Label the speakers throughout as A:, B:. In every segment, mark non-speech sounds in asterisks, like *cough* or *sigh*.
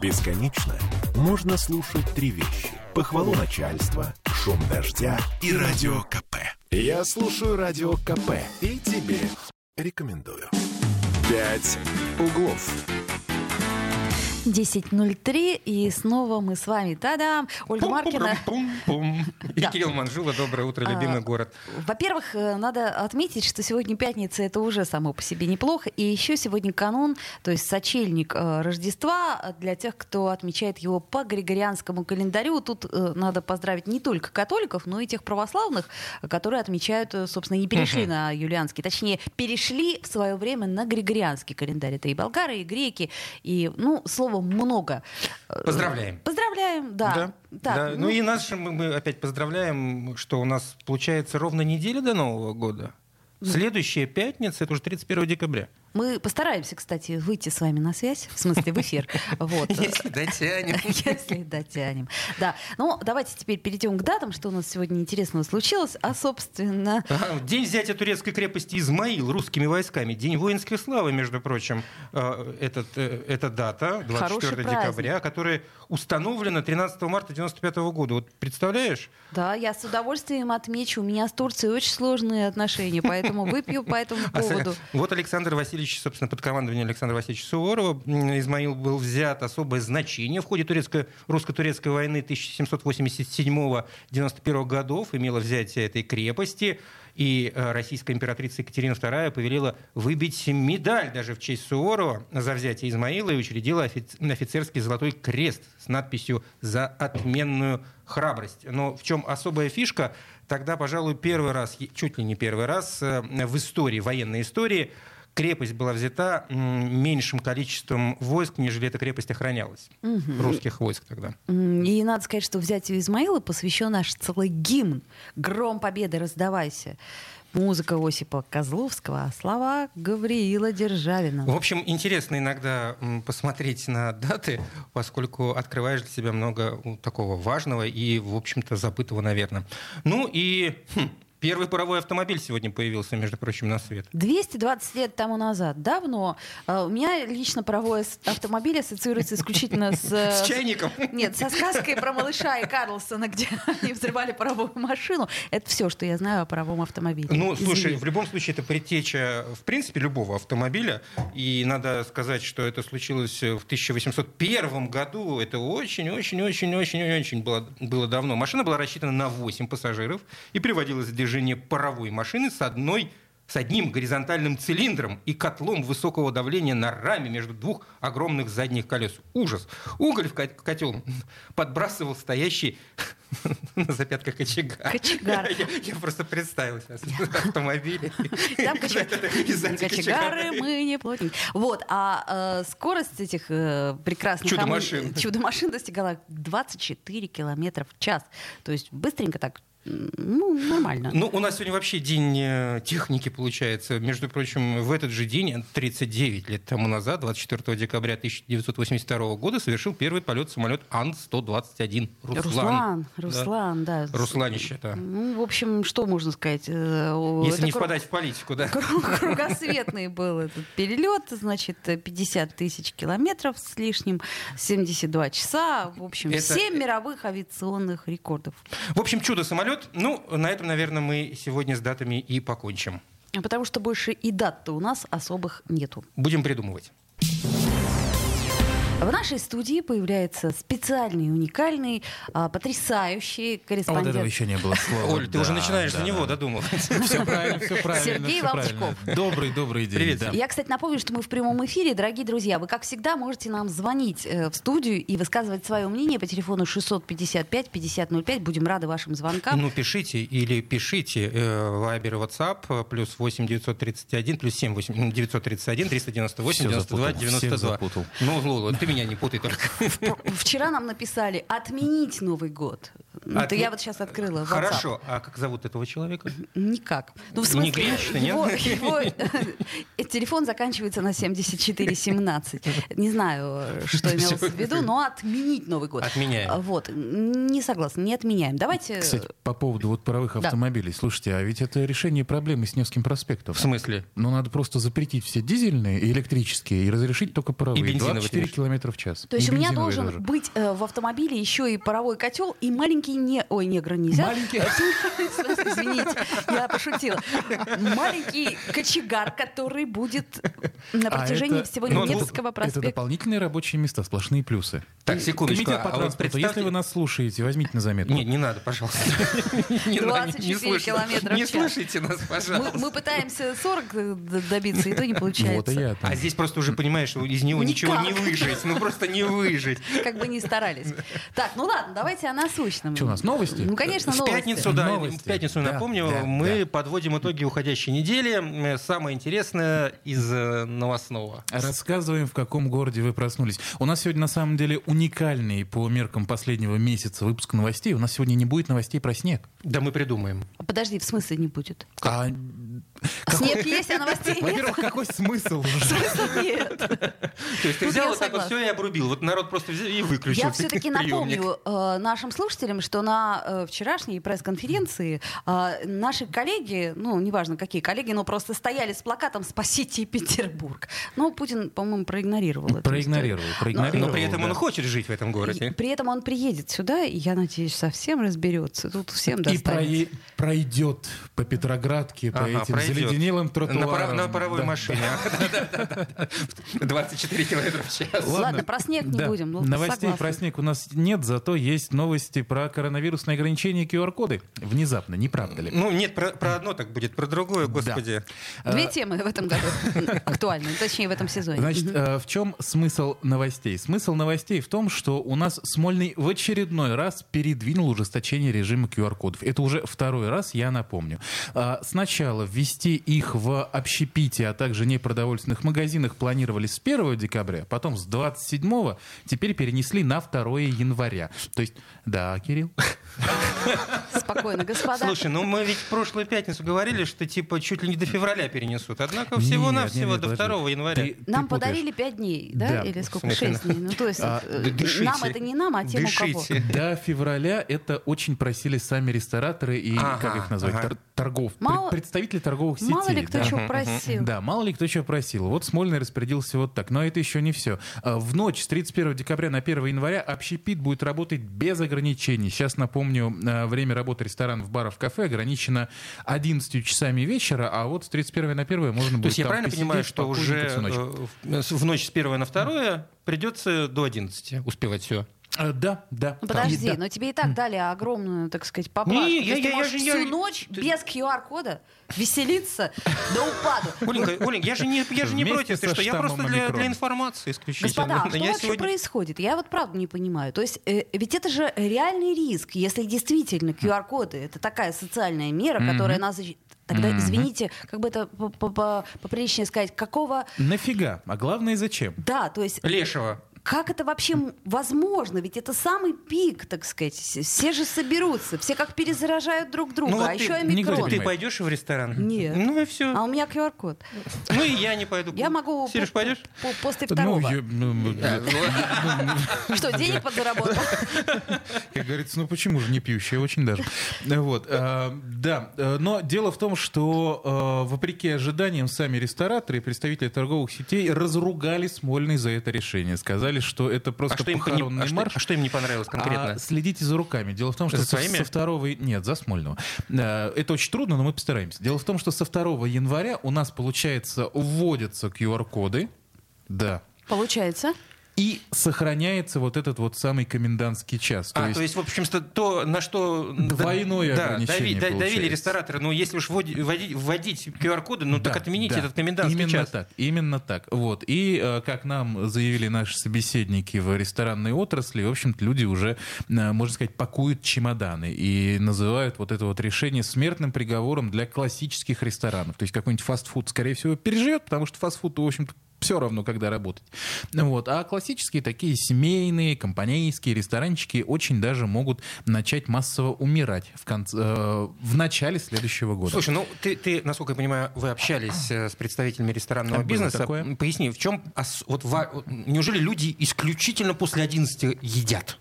A: Бесконечно можно слушать три вещи. Похвалу начальства, шум дождя и радио КП. Я слушаю радио КП и тебе рекомендую. «Пять углов».
B: 10.03, и снова мы с вами. Та-дам! Ольга Маркина.
C: Пум-пум-пум-пум. И
B: Да.
C: Кирилл Манжула, доброе утро, любимый
B: А,
C: город.
B: Во-первых, э, надо отметить, что сегодня пятница, это уже само по себе неплохо. И еще сегодня канун, то есть сочельник э, Рождества э, для тех, кто отмечает его по григорианскому календарю. Тут э, надо поздравить не только католиков, но и тех православных, э, которые отмечают, э, собственно, не перешли на юлианский, точнее, перешли в свое время на григорианский календарь. Это и болгары, и греки, и, ну, слово много. Э,
C: Поздравляем.
B: Поздравляем, да. Так,
C: да. Ну и нас же мы, мы опять поздравляем, что у нас получается ровно неделя до Нового года. Следующая пятница, это уже 31 декабря.
B: Мы постараемся, кстати, выйти с вами на связь, в смысле в
C: *laughs*
B: эфир. Вот.
C: дотянем.
B: *laughs* Если дотянем. Да. Ну, давайте теперь перейдем к датам, что у нас сегодня интересного случилось. А, собственно,
C: Ага, А, День взятия турецкой крепости Измаил русскими войсками. День воинской славы, между прочим, э, этот, э, эта дата, 24
B: Хороший праздник.
C: декабря, которая установлена 13 марта 95 года. Вот представляешь?
B: да, я с удовольствием отмечу, у меня с Турцией очень сложные отношения, поэтому выпью по этому
C: *laughs* А с-
B: поводу.
C: Вот Александр Васильевич, собственно, под командованием Александра Васильевича Суворова м, Измаил был взят особое значение в ходе турецко- русско-турецкой войны 1787-91 годов, имело взятие этой крепости, и э, российская императрица Екатерина II повелела выбить медаль даже в честь Суворова за взятие Измаила и учредила офи- офицерский золотой крест с надписью «За отменную храбрость». Но в чем особая фишка? Тогда, пожалуй, первый раз, е- чуть ли не первый раз э, в истории, военной истории, крепость была взята м, меньшим количеством войск, нежели эта крепость охранялась. Русских войск тогда.
B: М, И надо сказать, что взятию Измаила посвящен наш целый гимн. Гром победы, раздавайся. Музыка Осипа Козловского, а слова Гавриила Державина.
C: В общем, интересно иногда м, посмотреть на даты, поскольку открываешь для себя много ну, такого важного и, в общем-то, забытого, наверное. Ну и хм, первый паровой автомобиль сегодня появился, между прочим, на свет.
B: 220 лет тому назад, давно, э, у меня лично паровой ас- автомобиль ассоциируется исключительно с... э,
C: *laughs* С чайником.
B: Нет, со сказкой про малыша и Карлсона, *laughs* где они взрывали паровую машину. Это все, что я знаю о паровом автомобиле.
C: Ну,
B: Извини.
C: слушай, в любом случае, это предтеча, в принципе, любого автомобиля. И надо сказать, что это случилось в 1801 году. Это очень-очень-очень-очень-очень было, было давно. Машина была рассчитана на 8 пассажиров и приводилась в движение паровой машины с одной с одним горизонтальным цилиндром и котлом высокого давления на раме между двух огромных задних колес. Ужас. Уголь в кот- котел подбрасывал стоящий *laughs* на запятках кочегар.
B: Кочегар.
C: *laughs* Я, я просто
B: *laughs*
C: представил сейчас *laughs* автомобили. *laughs*
B: Там кочег-
C: И сзади
B: кочегары, мы не плотники. Вот, а э, скорость этих э, прекрасных...
C: Чудо-машин.
B: ам- *laughs* Чудо-машин достигала 24 километра в час. То есть быстренько так, м, ну, нормально.
C: Ну, у нас сегодня вообще день э, техники получается. Между прочим, в этот же день, 39 лет тому назад, 24 декабря 1982 года, совершил первый полет самолет Ан-121. Руслан.
B: Руслан, Руслан, да.
C: Да. Русланище, да.
B: Ну, в общем, что можно сказать? Э, о,
C: Если
B: это
C: не
B: кру- *laughs*
C: впадать в политику, да.
B: кру- Кругосветный был этот перелет, значит, 50 тысяч километров с лишним, 72 часа, в общем,
C: Это-
B: 7 мировых авиационных рекордов.
C: В общем, чудо-самолет. Ну, на этом, наверное, мы сегодня с датами и покончим.
B: А Потому что больше и дат-то у нас особых нету.
C: Будем придумывать.
B: В нашей студии появляется специальный, уникальный, а, потрясающий
D: А вот
B: корреспондент.
D: этого еще не было слова.
C: Оль, ты уже начинаешь за него додумывать. *laughs*
D: Все правильно, все правильно.
B: Сергей
D: всё правильно.
B: Волчков.
D: Добрый, добрый день.
C: Привет,
D: да.
B: Я, кстати, напомню, что мы в прямом эфире. Дорогие друзья, вы, как всегда, можете нам звонить э, в студию и высказывать свое мнение по телефону 655-5005. Будем рады вашим звонкам.
C: Ну, пишите или пишите э, Viber, WhatsApp, э, плюс 8 931, плюс 7 8, 931, 398,
D: Всё
C: 92,
D: запутал, всех
C: 92.
D: запутал.
C: Ну, Лола, ты меня не путай только.
B: Вчера нам написали отменить Новый год. Ну, Это
C: Отме-
B: я вот сейчас открыла WhatsApp.
C: Хорошо, а как зовут этого человека?
B: Никак. Ну, в смысле,
C: Не гречневый, нет?
B: его, его, э, телефон заканчивается на 7417. Не знаю, э, что имелось в виду, но отменить Новый год.
C: Отменяем.
B: А, Вот. Не согласна, не отменяем. Давайте...
D: Кстати, по поводу вот паровых
B: э, Да.
D: автомобилей. Слушайте, а ведь это решение проблемы с Невским проспектом.
C: В смысле?
D: Ну, надо просто запретить все дизельные и электрические и разрешить только паровые.
C: И бензиновые,
D: 24
C: конечно.
D: километра в час.
B: То есть
D: И
B: у меня
D: бензиновые
B: должен
D: даже.
B: быть э, в автомобиле еще и паровой котел и маленький не... Ой, негра нельзя.
D: Маленький.
B: *laughs* Извините, я пошутила. Маленький кочегар, который будет на
D: А
B: протяжении
D: это-
B: всего
C: Ну, вот
B: Невского
D: Это
B: проспекта.
D: дополнительные рабочие места, сплошные плюсы.
C: Так, секундочку.
D: Комитет по
C: а вот
D: транспорту,
C: представьте-
D: если вы нас слушаете, возьмите на заметку. Ну,
C: Не, не надо,
B: *laughs*
C: пожалуйста. Не надо, не- не
B: 24
C: слушайте.
B: километра в
C: Не
B: час.
C: слушайте нас,
B: Мы,
C: пожалуйста.
B: мы пытаемся 40 д- добиться, и то не получается.
D: Ну, вот и я там.
C: А здесь просто уже понимаешь, что из него ничего не
B: Никак.
C: выжить. Ну просто не выжить.
B: Как бы ни старались. Так, ну ладно, давайте о насущном.
D: Что у нас, новости?
B: Ну, конечно,
C: В
B: новости.
C: пятницу, да,
D: Новости.
C: в пятницу,
D: Да,
C: напомню,
D: да,
C: мы подводим итоги уходящей недели. Э, Самое интересное из э, новостного.
D: Рассказываем, в каком городе вы проснулись. У нас сегодня, на самом деле, уникальный по меркам последнего месяца выпуск новостей. У нас сегодня не будет новостей про снег.
C: Да мы придумаем.
B: Подожди, в смысле не будет?
D: А,
B: Снег есть, а новостей нет?
D: во-первых,
C: *laughs*
D: какой смысл?
B: Смысла нет.
C: То есть ты
B: Тут
C: взял
B: я
C: вот так вот
B: согласна.
C: все и обрубил. Вот народ просто взял и выключил.
B: Я
C: *laughs*
B: все-таки
C: приемник.
B: напомню э, нашим слушателям, что на э, вчерашней пресс-конференции э, наши коллеги, ну, неважно какие коллеги, но просто стояли с плакатом «Спасите Петербург». Но Путин, по-моему, проигнорировал это.
D: Проигнорировал, проигнорировал.
C: Но при этом
D: Ну да.
C: он хочет жить в этом
B: И
C: городе.
B: При этом он приедет сюда, и я надеюсь, совсем разберется. Тут всем
D: И
B: достанется.
D: прое- пройдет по Петроградке, по
C: Ага,
D: этим
C: пройдет.
D: заледенелым
C: На, пара-
D: тротуарам.
C: на паровой
D: Да.
C: машине. *laughs* Да-да-да-да. 24 километра в час.
B: Ладно, про снег не
D: да.
B: будем, ну,
D: Новостей
B: согласна.
D: про снег у нас нет, зато есть новости про коронавирусные ограничения и QR-коды. Внезапно, не правда ли?
C: Ну, нет, про, про одно так будет, про другое, господи.
B: Две темы в этом году актуальны, точнее, в этом сезоне.
D: э, Значит, э, в чем смысл новостей? Смысл новостей в том, что у нас Смольный в очередной раз передвинул ужесточение режима QR-кодов. Это уже второй раз, я напомню. А, Сначала ввести их в общепите, а также непродовольственных магазинах планировали с 1 декабря, потом с 27, теперь перенесли на 2 января. То есть, да, Кирилл?
B: Спокойно, господа.
C: Слушай, ну мы ведь в прошлую пятницу говорили, что типа чуть ли не до февраля перенесут. Однако
D: Нет,
C: всего-навсего
D: нет,
C: до
D: нет, подожди.
C: 2 января.
D: Ты- ты
B: Нам
D: путаешь.
B: подарили пять дней, да?
D: Да.
B: Или сколько?
C: В смысле?
B: Шесть дней. Ну, то есть,
D: А,
B: э,
C: да дышите.
B: нам это не нам, а тем, у кого.
C: Дышите.
D: До февраля это очень просили сами рестораторы и,
C: Ага,
D: как их назвать,
C: ага.
D: тор- торгов,
B: Мало-
D: пред- представители торговых сетей.
B: Мало ли кто
D: да.
B: чего просил.
D: Да, мало ли кто чего просил. Вот Смольный распорядился вот так. Но это еще не все. В ночь с 31 декабря на 1 января общепит будет работать без ограничений. Сейчас напомню, э, время работы ресторанов, баров, кафе ограничено 11 часами вечера, а вот с 31 на 1 можно будет
C: То есть я
D: там
C: правильно
D: посидеть,
C: понимаю, что
D: покушать,
C: уже
D: всю ночь.
C: э, в в ночь с 1 на 2 придется до 11 успевать все.
D: Э, Да, да.
B: Ну,
D: Да.
B: подожди,
D: Да.
B: но тебе и так дали огромную, так сказать, поблажку.
C: Не,
B: То
C: я-
B: есть ты
C: я- я
B: можешь
C: же- я-
B: всю ночь
C: ты-
B: без QR-кода веселиться до упаду.
C: Оленька, Оленька, я же не, я же не
D: Вместе
C: против, ты
D: со
C: что я
D: штаммом
C: просто для,
D: омикрона.
C: для информации исключительно.
B: Господа, а что
C: ну, Я
B: вообще
C: сегодня-
B: происходит? Я вот правда не понимаю. То есть, э, ведь это же реальный риск, если действительно QR-коды это такая социальная мера, которая нас защ- Тогда,
D: Мгм.
B: извините, как бы это по- по- по- поприличнее сказать, какого...
D: Нафига? А главное, зачем?
B: Да, то есть
C: Лешего.
B: как это вообще м- возможно? Ведь это самый пик, так сказать. С- Все же соберутся, все как перезаражают друг друга,
C: Ну вот
B: а
C: ты-
B: еще
D: никто не
B: омикрон.
C: Ты
D: понимает.
C: пойдешь в ресторан?
B: Нет.
C: Ну и все.
B: А у меня QR-код.
C: Ну и я не пойду.
B: Я могу
C: Сереж,
B: по-
C: пойдешь?
B: по- после
D: Ну,
B: второго.
D: я- ну,
C: Да, вот.
B: Что, денег подзаработал?
D: Как говорится, ну почему же не пьющие, очень даже. Вот, э, да, э, но дело в том, что э, вопреки ожиданиям сами рестораторы и представители торговых сетей разругали Смольный за это решение. Сказали, что это
C: А
D: просто
C: что им не-
D: похоронный
C: а что-
D: марш.
C: а что им не понравилось конкретно?
D: А следите за руками. Дело в том, что
C: За
D: со,
C: своими?
D: со второго... Нет, за Смольного. Э, Это очень трудно, но мы постараемся. Дело в том, что со 2 января у нас, получается, вводятся QR-коды. Да.
B: *laughs* Получается.
D: И сохраняется вот этот вот самый комендантский час.
C: А, то есть, в общем-то, то, на что...
D: Двойное
C: да,
D: ограничение
C: дави- да- давили
D: получается.
C: рестораторы. Ну, если уж вводи- вводить, вводить QR-коды, ну, так
D: Да,
C: отмените
D: да.
C: этот комендантский
D: именно
C: час.
D: так, именно так. Вот. И, э, как нам заявили наши собеседники в ресторанной отрасли, в общем-то, люди уже, э, можно сказать, пакуют чемоданы и называют вот это вот решение смертным приговором для классических ресторанов. То есть какой-нибудь фастфуд, скорее всего, переживет, потому что фастфуд, в общем-то, все равно, когда работать. Вот. А классические такие семейные, компанейские ресторанчики очень даже могут начать массово умирать в, конце, э, в начале следующего года.
C: Слушай, ну ты, ты, насколько я понимаю, вы общались э, с представителями ресторанного
D: Было
C: бизнеса.
D: такое.
C: Поясни, в чем ос- вот ва- вот неужели люди исключительно после 11 едят?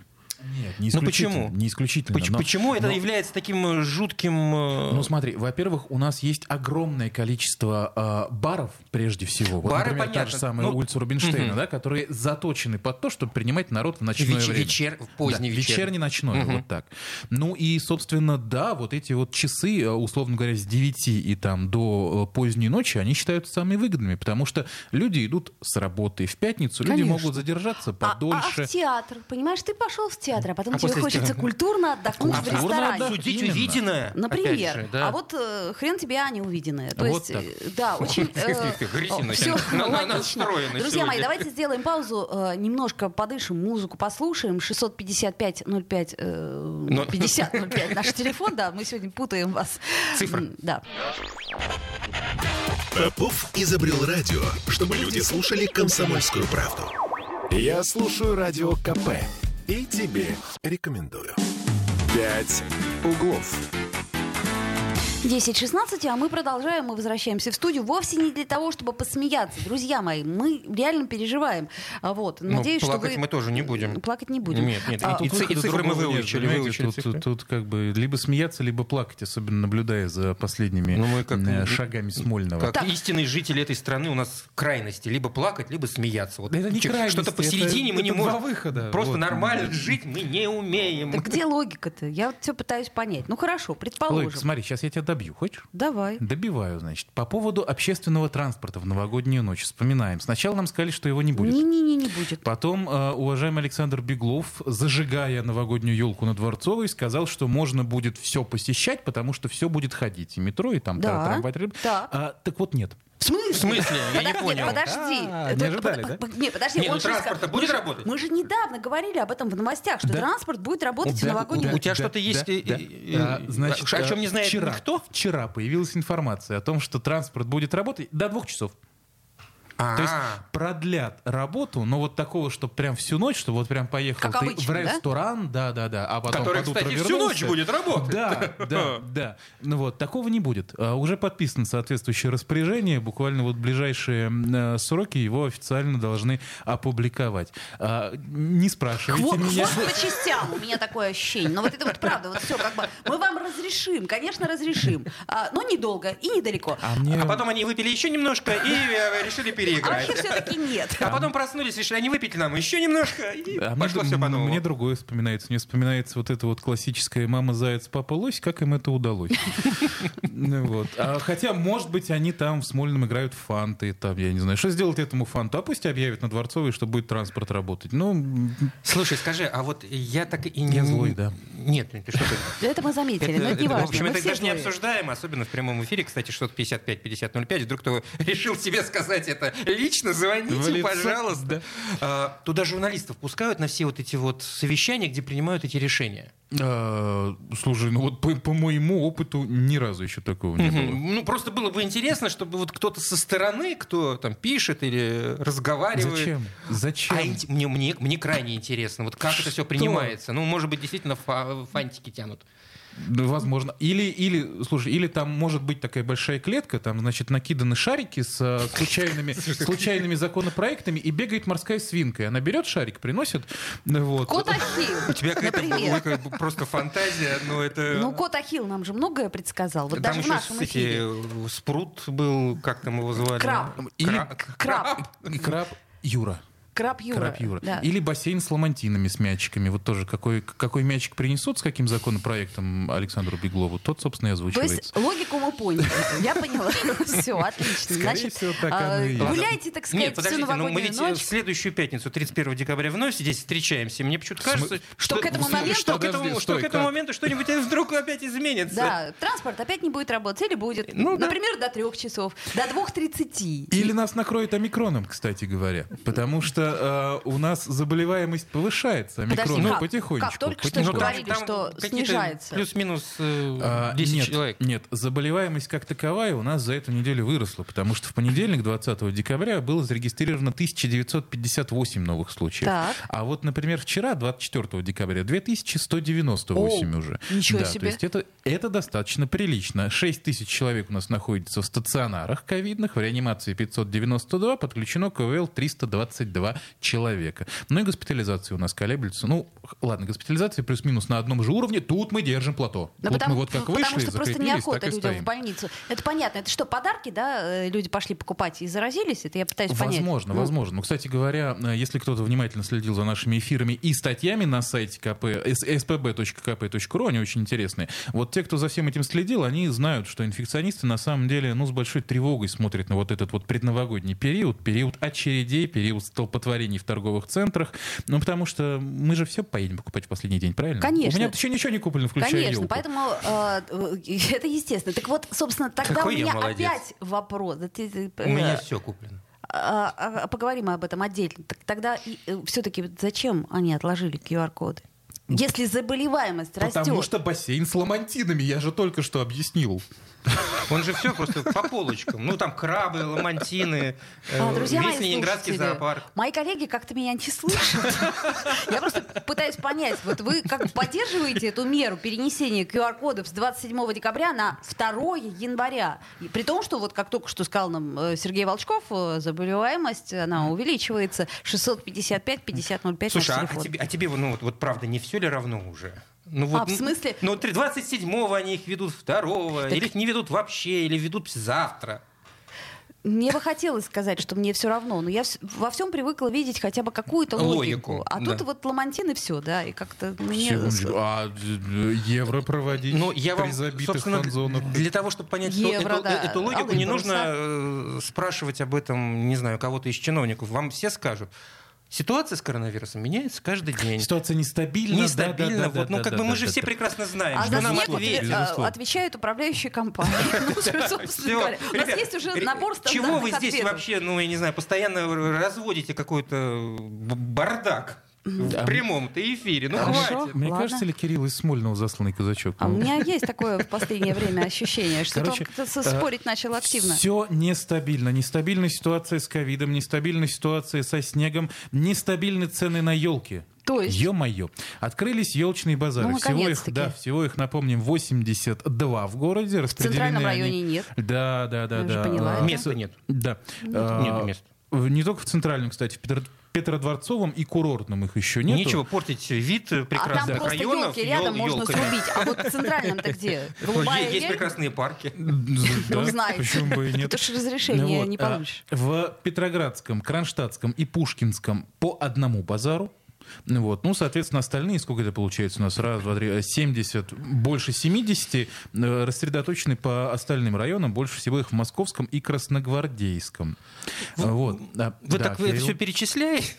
D: Нет, не
C: Ну
D: исключительно,
C: почему?
D: Не исключительно.
C: Поч-
D: но-
C: Почему это
D: но-
C: является таким э, жутким? э,
D: Ну смотри, во-первых, у нас есть огромное количество э, баров, прежде всего. Вот,
C: Бары,
D: например, та
C: понятно.
D: же самая
C: Ну,
D: улица Рубинштейна,
C: мгм.
D: да, которые заточены под то, чтобы принимать народ в ночное
C: вечер-
D: время.
C: вечер- поздний
D: Да,
C: вечер.
D: вечерний ночное,
C: Мгм.
D: вот так. Ну и, собственно, да, вот эти вот часы, э, условно говоря, с 9 и там до э, поздней ночи, они считаются самыми выгодными, потому что люди идут с работы в пятницу, люди
B: Конечно.
D: могут задержаться
B: А-
D: подольше.
B: А, в театр, понимаешь, ты пошел в театр, а потом
C: А
B: тебе
C: после
B: хочется
C: театра?
B: культурно отдохнуть в
D: Культурно
B: ресторане.
D: отдохнуть.
C: Судить
D: именно.
C: увиденное.
B: Например.
C: опять же, да.
B: А вот э, хрен тебе, а не увиденное. То
D: Вот
B: есть,
D: так.
B: э,
C: *laughs*
B: да, очень...
C: Ты агрессивно
B: всё
C: сегодня. Она- она
B: логично.
C: настроена
B: Друзья мои,
C: сегодня.
B: давайте сделаем паузу, э, немножко подышим, музыку послушаем. 655-05... э,
C: Но- *laughs*
B: 50-05 наш телефон, да, мы сегодня путаем вас.
C: Цифры.
B: М, Да.
A: Попов изобрел радио, чтобы люди слушали комсомольскую правду. Я слушаю радио КП и тебе рекомендую. Пять углов.
B: 10.16, а мы продолжаем, мы возвращаемся в студию вовсе не для того, чтобы посмеяться. Друзья мои, мы реально переживаем. А Вот,
C: Ну,
B: надеюсь, что
C: плакать
B: вы...
C: мы тоже не будем.
B: Плакать не будем.
C: Нет, нет,
B: А,
C: и ци-
D: выхода
C: цифры мы
D: другого нет,
C: выучили,
D: понимаете,
C: выучили
D: тут,
C: цифры.
D: тут- тут как бы либо смеяться, либо плакать, особенно наблюдая за последними
C: Ну, мы как-
D: э, шагами Смольного.
C: Как
B: Так.
C: истинные жители этой страны у нас крайности. Либо плакать, либо смеяться. Вот
D: Да это не
C: чё-
D: крайности,
C: Что-то посередине
D: это-
C: мы не
D: это два
C: можем.
D: выхода.
C: Просто
D: Вот.
C: нормально жить мы не умеем.
B: Так где логика-то? Я вот все пытаюсь понять. Ну хорошо, предположим.
D: Логика, смотри, сейчас я тебя добью, хочешь?
B: Давай.
D: Добиваю, значит. По поводу общественного транспорта в новогоднюю ночь. Вспоминаем. Сначала нам сказали, что его не будет.
B: Не-не-не, не будет.
D: Потом э, уважаемый Александр Беглов, зажигая новогоднюю елку на Дворцовой, сказал, что можно будет все посещать, потому что все будет ходить. И метро, и там
B: Да.
D: трамвай. троллейбус.
B: Так.
D: А, так вот нет.
B: В смысле?
C: В смысле? Я не
B: Подожди,
C: понял.
B: Подожди.
D: А,
B: Это-
D: не ожидали,
B: под-
D: да?
B: под- Не, подожди.
C: Не, ну
B: он же
C: транспорт-то
B: сказал-
C: будет
B: мы же-
C: работать?
B: Мы же недавно говорили об этом в новостях, что
D: Да.
B: транспорт будет работать в
D: Да,
B: новогоднюю
D: да,
C: У тебя
D: да,
C: что-то есть,
D: да,
C: э,
D: да.
C: э, э,
D: А, Значит,
C: о чем
D: э,
C: не знает
D: вчера,
C: никто?
D: Вчера появилась информация о том, что транспорт будет работать до двух часов. То есть
C: А.
D: продлят работу, но вот такого, что прям всю ночь, что вот прям поехал
B: Как
D: ты
B: обычно,
D: в
B: да?
D: ресторан, да, да, да, а потом
C: Который,
D: под утро
C: кстати, всю
D: вернулся.
C: ночь будет работать. *laughs*
D: Да, да, да. Ну вот, такого не будет. А, Уже подписано соответствующее распоряжение. Буквально вот в ближайшие м, э, сроки его официально должны опубликовать. А, Не спрашивайте
B: Хво-
D: меня.
B: хвост по частям, у меня такое ощущение. Но вот это вот правда, вот все как бы. Мы вам разрешим, конечно, разрешим, а, но недолго и недалеко.
D: А мне...
C: А потом они выпили еще немножко и э, решили
B: А вообще
C: переиграть.
B: все-таки нет.
C: А потом проснулись, решили, они выпить нам еще немножко, и
D: А
C: пошло
D: мне,
C: все по новому.
D: мне другое вспоминается. Мне вспоминается вот это вот классическое «мама заяц, папа лось», как им это удалось. Ну вот. А Хотя, может быть, они там в Смольном играют в фанты, там, я не знаю. Что сделать этому фанту? А пусть объявят на Дворцовой, что будет транспорт работать. Ну, м,
C: Слушай, скажи, а вот я так и не...
D: Я злой, да.
C: Нет, ты что ты?
B: Это мы заметили, но это не
C: это,
B: важно.
C: в общем,
B: ну, мы
C: это
B: все
C: даже не
B: злые.
C: обсуждаем, особенно в прямом эфире. Кстати, что-то 55-50-05. Вдруг кто решил тебе сказать это лично,
D: В
C: звоните,
D: лицо,
C: пожалуйста.
D: да.
C: А, туда журналистов пускают на все вот эти вот совещания, где принимают эти решения.
D: э, слушай, ну вот по, по моему опыту ни разу еще такого не было.
C: Мгм. Ну, просто было бы интересно, чтобы вот кто-то со стороны, кто там пишет или разговаривает.
D: Зачем? Зачем?
C: А инте- мне, мне, мне крайне интересно, вот как это все принимается. Ну, может быть, действительно фа- фантики тянут.
D: Да, Ну, Возможно. Или, или, слушай, или там может быть такая большая клетка, там, значит, накиданы шарики с э, случайными, случайными законопроектами, и бегает морская свинка. И она берет шарик, приносит, ну, вот.
B: Кот Ахилл,
C: У тебя какая-то
B: например.
C: какая-то просто фантазия, но это...
D: Э,
B: Ну, кот Ахилл нам же многое предсказал. Вот даже в
C: ещё,
B: нашем
C: кстати, э,
B: эфире.
C: спрут был, как там его звали? Ну,
B: Краб.
D: Или-
B: Краб.
D: И краб Юра.
B: Краб Юра.
D: Краб Юра.
B: Да.
D: Или бассейн с ламантинами, с мячиками. Вот тоже какой, какой мячик принесут, с каким законопроектом Александру Беглову, тот, собственно, и
B: То
D: озвучивается.
B: есть логику мы поняли. Я поняла. *laughs* Все, отлично.
D: Скорее
B: Значит,
D: всего, так оно
B: э,
D: и есть. ну,
B: гуляйте, так сказать,
C: Нет,
B: всю
C: подождите, но мы
B: новогоднюю
C: ведь э, в
B: ночь.
C: следующую пятницу, 31 декабря, вновь здесь встречаемся. Мне почему-то кажется,
B: Что к этому
C: в-
B: моменту-
C: что к
D: Подожди,
C: этому, что
D: стой,
C: к этому
D: как?
C: моменту что-нибудь вдруг опять изменится.
B: Да, транспорт опять не будет работать или будет.
C: Ну, да.
B: Например, до трех часов, до двух тридцати.
D: Или нас накроет омикроном, кстати говоря. Потому что что э, у нас заболеваемость повышается, а
B: Подожди,
D: микробы
B: как?
D: потихонечку.
B: Как? Только что же
D: потихонечку.
B: говорили, что
C: какие-то
B: снижается.
C: Плюс-минус э,
D: Ну, А,
C: 10
D: нет,
C: человек.
D: Нет, заболеваемость как таковая у нас за эту неделю выросла, потому что в понедельник, 20 декабря, было зарегистрировано 1958 новых случаев.
B: Так.
D: А вот, например, вчера, 24 декабря, 2198
B: Оу,
D: уже.
B: ничего
D: да,
B: себе.
D: То есть это, это достаточно прилично. 6 тысяч человек у нас находится в стационарах ковидных, в реанимации 592, подключено к ОВЛ 322 человека. Ну и госпитализация у нас колеблется. Ну, х- ладно, госпитализация плюс-минус на одном же уровне. Тут мы держим плато.
B: Ну,
D: вот
B: потому,
D: мы вот как
B: потому
D: вышли,
B: что просто
D: закрепились,
B: неохота
D: так и
B: людям
D: стоим.
B: в больницу. Это понятно. Это что, подарки, да, э, люди пошли покупать и заразились? Это я пытаюсь понять.
D: Возможно,
B: Ну,
D: возможно. Ну, кстати говоря, э, если кто-то внимательно следил за нашими эфирами и статьями на сайте КП, с- spb.kp.ru, они очень интересные. Вот те, кто за всем этим следил, они знают, что инфекционисты на самом деле, ну, с большой тревогой смотрят на вот этот вот предновогодний период, период очередей, период столпотворений в торговых центрах. Ну, потому что мы же все поедем покупать в последний день, правильно?
B: Конечно.
D: У меня еще ничего не куплено, включая
B: Конечно,
D: елку.
B: поэтому э, э, *laughs* это естественно. Так вот, собственно, тогда
C: Какой
B: у
C: я
B: меня
C: молодец.
B: опять вопрос. Да ты- ты,
C: У меня
B: э,
C: все куплено.
B: а, а, а поговорим об этом отдельно. Так тогда все-таки зачем они отложили QR-коды?
C: Ну,
B: Если заболеваемость
D: Потому
B: растет.
D: что бассейн с ламантинами, я же только что объяснил.
C: Он же все просто по полочкам. Ну, там крабы, ламантины, э,
B: А, друзья мои
C: весь Ленинградский
B: слушатели,
C: зоопарк.
B: Мои коллеги как-то меня не слышат. Я просто пытаюсь понять, вот вы как бы поддерживаете эту меру перенесения QR-кодов с 27 декабря на 2 января? И при том, что вот как только что сказал нам э, Сергей Волчков, э, заболеваемость, она увеличивается 655-5005 наш
C: Слушай, а, а
B: телефон.
C: тебе, а тебе, ну вот, вот правда, не все ли равно уже? Ну, вот,
B: А, в
C: ну,
B: смысле?
C: Ну, три- 27-го они их ведут 2-го, или их не ведут вообще, или ведут завтра.
B: Мне бы хотелось сказать, что мне все равно, но я вс- во всем привыкла видеть хотя бы какую-то логику.
C: Логику,
B: А тут
C: да.
B: вот ламантин и все, да, и как-то мне...
D: Секундочку. А э, евро проводить
C: Ну, я
D: при
C: вам,
D: забитых
C: собственно,
D: фан-зонах?
C: для того, чтобы понять что
B: Евро,
C: эту,
B: да, А
C: э- эту логику,
B: алые
C: не
B: паруса.
C: нужно э, спрашивать об этом, не знаю, кого-то из чиновников. Вам все скажут. Ситуация с коронавирусом меняется каждый день.
D: Ситуация нестабильна.
C: Нестабильно. вот, ну, как бы мы же все прекрасно знаем,
B: А
C: что
B: за
C: нам
B: снег вот, э,
C: ответят.
D: Безусловно.
B: отвечают управляющие
C: *laughs*
B: компании. Ну, собственно
C: Всё,
B: говоря. У нас
C: ребят,
B: есть уже
C: ре-
B: набор
C: Чего вы
B: стандартных
C: здесь
B: ответов.
C: вообще, ну, я не знаю, постоянно разводите какой-то б- бардак в прямом-то эфире? Ну,
B: Хорошо.
C: хватит.
D: Мне
B: Ладно.
D: кажется ли Кирилл из Смольного засланный казачок? Ну,
B: А у меня есть такое в последнее время ощущение, что кто-то
C: э,
B: со- спорить начал активно.
D: Все нестабильно. Нестабильная ситуация с ковидом, нестабильная ситуация со снегом, нестабильны цены на елки.
B: То есть?
D: Ё-моё. Открылись елочные базары.
B: Ну,
D: всего их,
B: наконец-таки.
D: да, всего их, напомним, 82 в городе. В
B: центральном районе нет. а
D: Да, да, да.
B: Я уже
D: да.
B: поняла
D: А,
B: это.
C: Места нет.
D: Да. А,
C: Нету мест.
D: в- Не только в центральном, кстати, в Петро- Петродворцовом и курортном их еще нет.
C: Нечего портить вид
B: А там
C: прекрасных
B: просто
C: районов
B: елки рядом
C: ёл-
B: можно
C: ёлками.
B: срубить. А вот в
C: *laughs*
B: центральном-то где?
C: Ну,
B: Голубая
C: е- Есть
B: ель?
C: прекрасные парки.
B: Ну, знаете.
D: Почему бы и нет?
B: Тут уж
C: Ну
B: разрешение
D: Вот,
B: не
D: а,
B: получишь.
D: В Петроградском, Кронштадтском и Пушкинском по одному базару. Ну Вот. Ну, соответственно, остальные, сколько это получается у нас? Раз, два, три, э, 70, больше 70, э, рассредоточены по остальным районам. Больше всего их в Московском и Красногвардейском. Вот. А, Да,
C: Вы
D: да,
C: так вы это
D: Кирилл.
C: все перечисляете?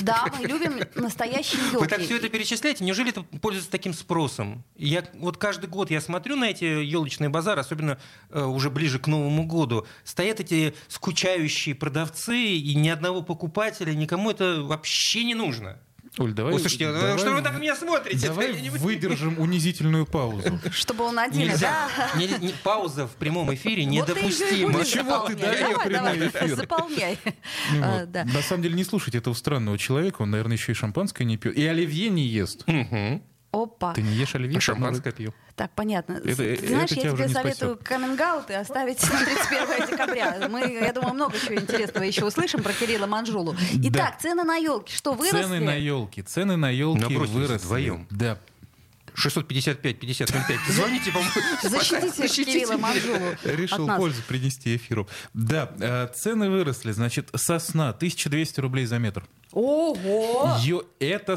B: Да, мы любим настоящие елки.
C: Вы так все это перечисляете? Неужели это пользуется таким спросом? Я вот каждый год я смотрю на эти елочные базары, особенно э, уже ближе к Новому году. Стоят эти скучающие продавцы, и ни одного покупателя, никому это вообще не нужно.
D: Оль, давай...
C: Ой, слушайте, ну,
D: давай-
C: что вы так на меня смотрите?
D: Давай
C: Я не понимаю.
D: выдержим
B: *laughs*
D: унизительную паузу.
B: Чтобы он один,
C: Нельзя.
B: да?
C: Не- не- пауза в прямом эфире
B: Вот ты ее и
C: недопустима.
B: будешь
D: Чего ты
B: заполнять.
D: даешь
B: Давай,
D: прямой
B: давай,
D: эфир?
B: заполняй.
D: Ну
B: А,
D: вот.
B: да.
D: На самом деле не слушайте этого странного человека. Он, наверное, еще и шампанское не пьет. И оливье не ест.
C: Мгм.
B: Опа.
D: Ты не ешь оливье?
C: А шампанское пью.
B: Так, понятно.
D: Это-
B: Ты
D: это
B: знаешь,
D: тебя
B: я
D: уже
B: тебе
D: не
B: советую каминг оставить *laughs* на 31 декабря. Мы, я думаю, много чего интересного еще услышим про Кирилла Манжулу. Итак, цены на елки что, выросли?
D: Цены на елки. Цены на елки
C: Набросились
D: выросли.
C: вдвоем.
D: Да.
C: 655 50 05. Звоните, по-моему.
B: Защитите, Кирилла Манжулу
D: Решил
B: от нас.
D: пользу принести эфиру. Да, э, цены выросли. Значит, сосна 1200 рублей за метр.
B: Ого!
D: Ее это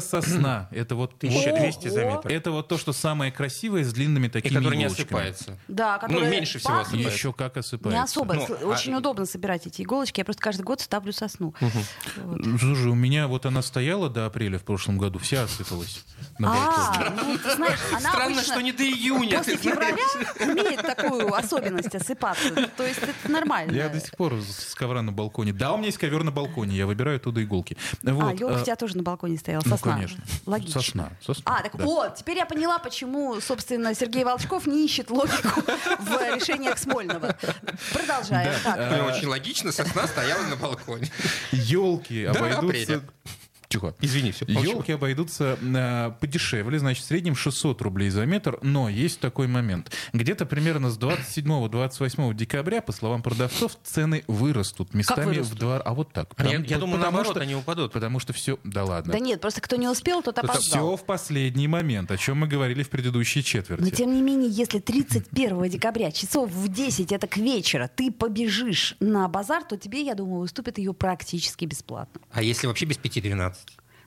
C: *clears throat*
D: сосна. Это вот
C: 1200 за
B: Ого.
C: метр.
D: это вот то, что самое красивое с длинными
C: И
D: такими
C: который не
D: иголочками.
C: осыпается.
B: Да,
D: Ну,
B: которая
C: меньше всего
B: пахнет.
C: осыпается.
D: Еще как осыпается.
B: Не особо.
C: Ну,
B: С-
C: а-
B: Очень удобно собирать эти иголочки. Я просто каждый год ставлю сосну. Вот.
D: Слушай, у меня вот она стояла до апреля в прошлом году, вся осыпалась на балконе.
B: А, ну, ты знаешь, она
C: Странно,
B: обычно
C: что не до июня.
D: *laughs*
B: После
C: ты знаешь.
B: февраля имеет такую особенность осыпаться. То есть это нормально.
D: Я до сих пор с ковра на балконе. Да, у меня есть ковер на балконе, я выбираю оттуда иголки. Вот,
B: а, елка
D: э,
B: у тебя тоже на балконе стояла,
D: ну,
B: сосна.
D: конечно.
B: Логично.
D: Сосна, сосна,
B: А, так
D: да.
B: вот, теперь я поняла, почему, собственно, Сергей Волчков не ищет логику в решениях Смольного. Продолжаем.
D: Да, э,
B: Так.
C: Ну, Очень логично, сосна стояла на
D: *laughs*
C: балконе.
D: елки
C: До
D: обойдутся...
C: апреля.
D: Тихо.
C: Извини, все.
D: Елки обойдутся э, подешевле, значит, в среднем 600 рублей за метр, но есть такой момент. Где-то примерно с 27-28 декабря, по словам продавцов, цены вырастут местами
B: вырастут?
D: в два... А вот так.
C: Я,
D: Прям
C: я
D: по-
C: думаю,
D: потому
C: наоборот,
D: что-
C: они упадут.
D: Потому что все... Да ладно.
B: Да нет, просто кто не успел, тот
D: все
B: опоздал.
D: в последний момент, о чем мы говорили в предыдущей четверти.
B: Но Ну, тем не менее, если 31 декабря часов в 10, это к вечеру, ты побежишь на базар, то тебе, я думаю, уступят ее практически бесплатно.
C: А если вообще без 5-12?
D: *laughs*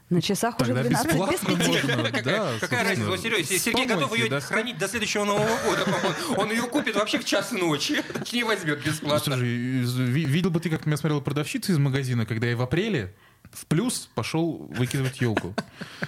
B: На часах уже
D: Тогда
B: 12 без
D: бесплатно
B: 5.
D: можно. Да,
C: Какая разница,
D: собственно,
C: вот Серёж, если Сергей
D: вспомните,
C: готов ее
D: да,
C: хранить до следующего Нового года. по-моему. Он ее купит вообще в час ночи. *laughs* Точнее, возьмет бесплатно.
D: Ну, Слушай, из- ви- видел бы ты, как меня смотрела продавщица из магазина, когда я в апреле в плюс пошел выкидывать елку.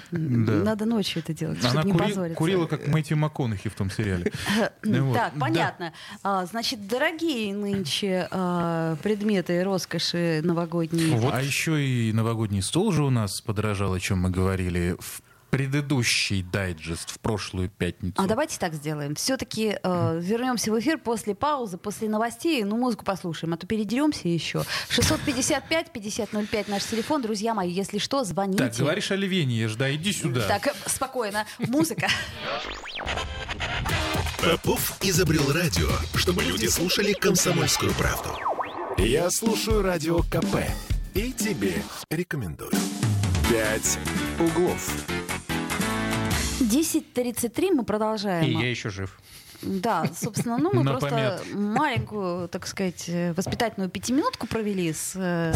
B: Надо ночью это делать,
D: Она
B: чтобы не
D: кури-
B: позориться.
D: курила, как Мэтью МакКонахи в
B: *laughs*
D: том сериале.
B: М,
D: Ну Вот.
B: Ну Так,
D: Да.
B: понятно. А, значит, дорогие нынче а, предметы роскоши новогодние.
D: А еще и новогодний стол же у нас подорожал, о чем мы говорили в предыдущий дайджест, в прошлую пятницу.
B: А давайте так сделаем. Все-таки вернемся в эфир после паузы, после новостей. Ну, музыку послушаем, а то передеремся еще. 655-5005 наш телефон. Друзья мои, если что, звоните.
D: Так, говоришь о Левении, я ж, да, иди сюда.
B: Так, э, спокойно. Музыка. *laughs*
A: Попов изобрел радио, чтобы люди слушали комсомольскую правду. Я слушаю радио КП и тебе рекомендую. Пять углов.
B: 10.33 мы продолжаем.
C: И я еще жив.
B: Да, собственно, ну мы
D: На
B: просто маленькую, так сказать, э, воспитательную пятиминутку провели с э,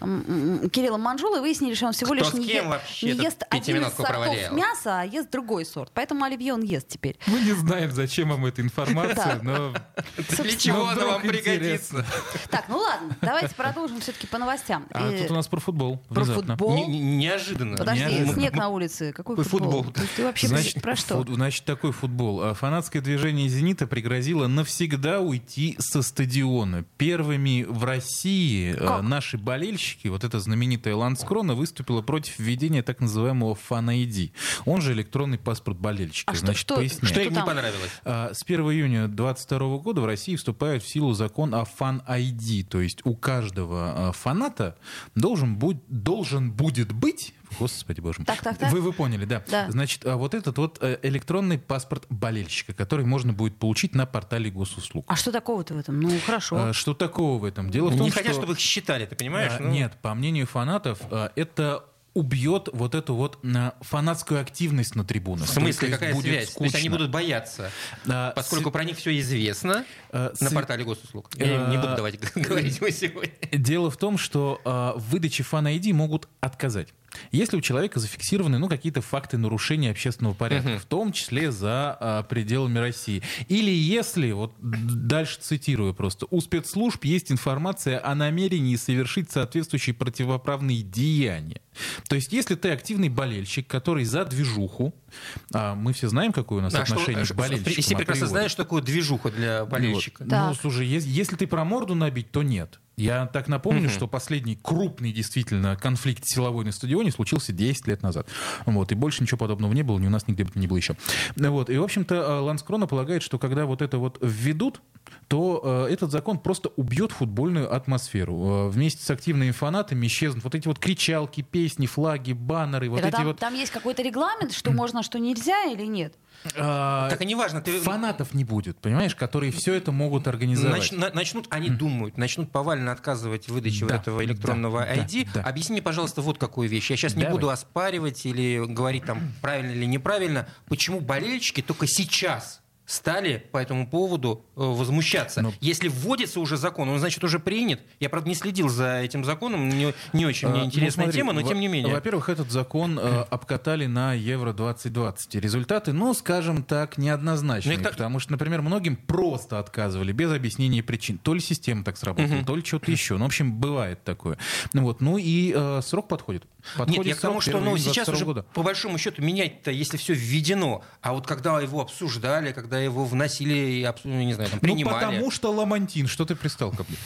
B: м, м, Кириллом Манжулой и выяснили, что он всего
C: Кто
B: лишь
C: с
B: не,
C: кем
B: е-
C: вообще
B: не
C: эту
B: ест один из
C: пятиминутку
B: сортов
C: проводил?
B: мяса, а ест другой сорт. Поэтому оливье он ест теперь.
D: Мы не знаем, зачем
B: *laughs*
D: вам эта информация,
B: Да.
D: но...
C: Для чего
D: но
C: она
D: вдруг
C: вам пригодится?
D: интересно.
B: Так, ну ладно, давайте продолжим все-таки по новостям.
D: А
B: Э,
D: тут у нас про футбол.
B: Про
D: внезапно.
B: футбол.
C: Не- не- Неожиданно.
B: Подожди,
D: Неожиданно.
B: снег на улице. Какой
C: Какой
B: футбол?
C: футбол?
B: То есть Ты вообще
D: Значит,
B: про что?
D: фут- значит, такой футбол. А, Фанатское движение «Зенита» пригрозило навсегда уйти со стадиона. Первыми в России а,
B: Как?
D: наши болельщики, вот эта знаменитая Ланскрона, выступила против введения так называемого «Фан-ID». Он же электронный паспорт болельщика.
B: А что-
D: значит,
B: что-
D: поясняю.
C: Что им не
B: там?
C: понравилось?
D: А, С 1 июня 2022 года в России вступает в силу закон о фан-ID, то есть у каждого а, фаната должен, будь, должен будет быть... Господи боже мой.
B: Так, так, так.
D: Вы, вы поняли, да.
B: Да.
D: Значит, а, вот этот вот э, электронный паспорт болельщика, который можно будет получить на портале госуслуг.
B: А что такого-то в этом? Ну, хорошо.
D: А, Что такого в этом? Дело в том,
C: Не
D: что...
C: хотят, чтобы их считали, ты понимаешь?
D: А,
C: Ну,
D: Нет, по мнению фанатов, а, это убьет вот эту вот а, фанатскую активность на трибунах.
C: В смысле,
D: То есть
C: какая
D: будет
C: связь? То есть они
D: скучно.
C: будут бояться,
D: А,
C: поскольку про них все известно
D: а,
C: на
D: с-
C: портале госуслуг. Я не буду
D: э,
C: давать *laughs* говорить мы сегодня.
D: Дело в том, что э, в выдаче фан-ID могут отказать. Если у человека зафиксированы ну, какие-то факты нарушения общественного порядка, в том числе за э, пределами России. Или если, вот д- дальше цитирую просто, у спецслужб есть информация о намерении совершить соответствующие противоправные деяния. То есть, если ты активный болельщик, который за движуху, а мы все знаем, какое у нас
C: А что-
D: отношение
C: что-
D: к болельщикам.
C: И все прекрасно
D: априори.
C: знаешь, что такое движуха для болельщика.
D: Вот.
B: Так.
D: Ну, слушай, ес- если, ты про морду набить, то нет. Я так напомню, что последний крупный действительно конфликт силовой на стадионе случился 10 лет назад. Вот, и больше ничего подобного не было, ни у нас нигде не было еще. Вот, и, в общем-то, Ланскрона полагает, что когда вот это вот введут, то э, этот закон просто убьет футбольную атмосферу. Э, вместе с активными фанатами исчезнут вот эти вот кричалки, песни, флаги, баннеры, вот
B: Это
D: эти
B: там,
D: вот...
B: там есть какой-то регламент, что можно, что нельзя или нет?
D: э,
C: Так и неважно, ты
D: Фанатов не будет, понимаешь, которые все это могут организовать.
C: нач- на- начнут, они думают, начнут повально отказывать в выдаче
D: Да,
C: вот этого
D: да,
C: электронного
D: да,
C: ID.
D: да.
C: Объясни мне, пожалуйста, вот какую вещь. Я сейчас не
D: Давай.
C: буду оспаривать или говорить там правильно или неправильно, почему болельщики только сейчас стали по этому поводу э, возмущаться.
D: Но-
C: Если вводится уже закон, он, значит, уже принят. Я, правда, не следил за этим законом, не, не очень
D: Э,
C: мне
D: ну,
C: интересная
D: смотри,
C: тема, но
D: во-
C: тем не менее. Хм.
D: Во-первых, этот закон э, обкатали на Евро-2020. Результаты, ну, скажем так, неоднозначные.
C: Ну, их так-
D: Потому что, например, многим просто отказывали без объяснения причин. То ли система так сработала,
C: Мгм.
D: то ли что-то еще. Ну, в общем, бывает такое. Ну, вот. ну и э, срок подходит. подходит
C: Нет, я к тому,
D: срок
C: что
D: 1
C: ну,
D: июня
C: сейчас
D: 22
C: уже
D: года.
C: по большому счету менять-то, если все введено, а вот когда его обсуждали, когда его вносили, и обс- ну, не знаю, там,
D: Ну,
C: принимали.
D: потому что Ламантин, что ты пристал ко мне?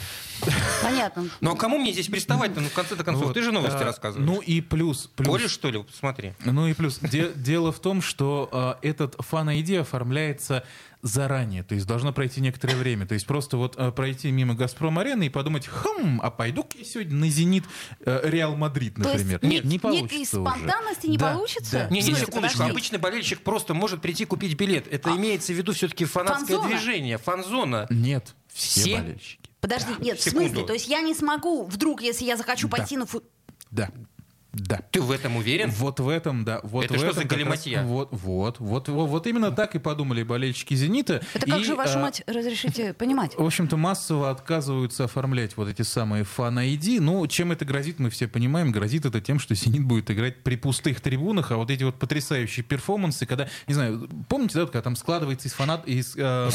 B: Понятно.
C: Ну а кому мне здесь приставать-то? Ну, в конце-то концов,
D: Вот.
C: ты же новости
D: А,
C: рассказываешь.
D: Ну и плюс, плюс
C: Борешь, что ли? Посмотри.
D: Ну и плюс, де- дело в том, что э, этот фан-ID оформляется заранее, то есть должно пройти некоторое время. То есть просто вот э, пройти мимо «Газпром-арены» и подумать, хм, а пойду-ка я сегодня на «Зенит» э, «Реал Мадрид»,
B: То есть
D: например.
B: нет,
D: не
B: некой
D: получится уже.
B: спонтанности не
D: Да,
B: получится?
D: да.
C: Не, не,
B: Нет,
C: секундочку.
B: подожди.
C: Обычный болельщик просто может прийти купить билет.
D: А.
C: Это имеется в виду все-таки фанатское
B: Фан-зона?
C: движение, фан-зона.
D: Нет, все,
C: Все?
D: болельщики.
B: Подожди, нет, в
C: секунду.
B: смысле? То есть я не смогу вдруг, если я захочу
D: Да.
B: пойти на фу...
D: Да, да.
C: Ты в этом уверен?
D: Вот в этом, да. Вот
C: Это
D: в
C: что
D: этом
C: за
D: как раз-
C: галиматья?
D: вот, вот, вот, вот, вот именно так и подумали болельщики «Зенита».
B: Это как
D: И,
B: же
C: а,
B: вашу
D: э,
B: мать разрешите понимать?
D: В общем-то, массово отказываются оформлять вот эти самые фан-ID. Ну, чем это грозит, мы все понимаем. Грозит это тем, что «Синит» будет играть при пустых трибунах, а вот эти вот потрясающие перформансы, когда, не знаю, помните, да, вот когда там складывается из фанат... Из, э,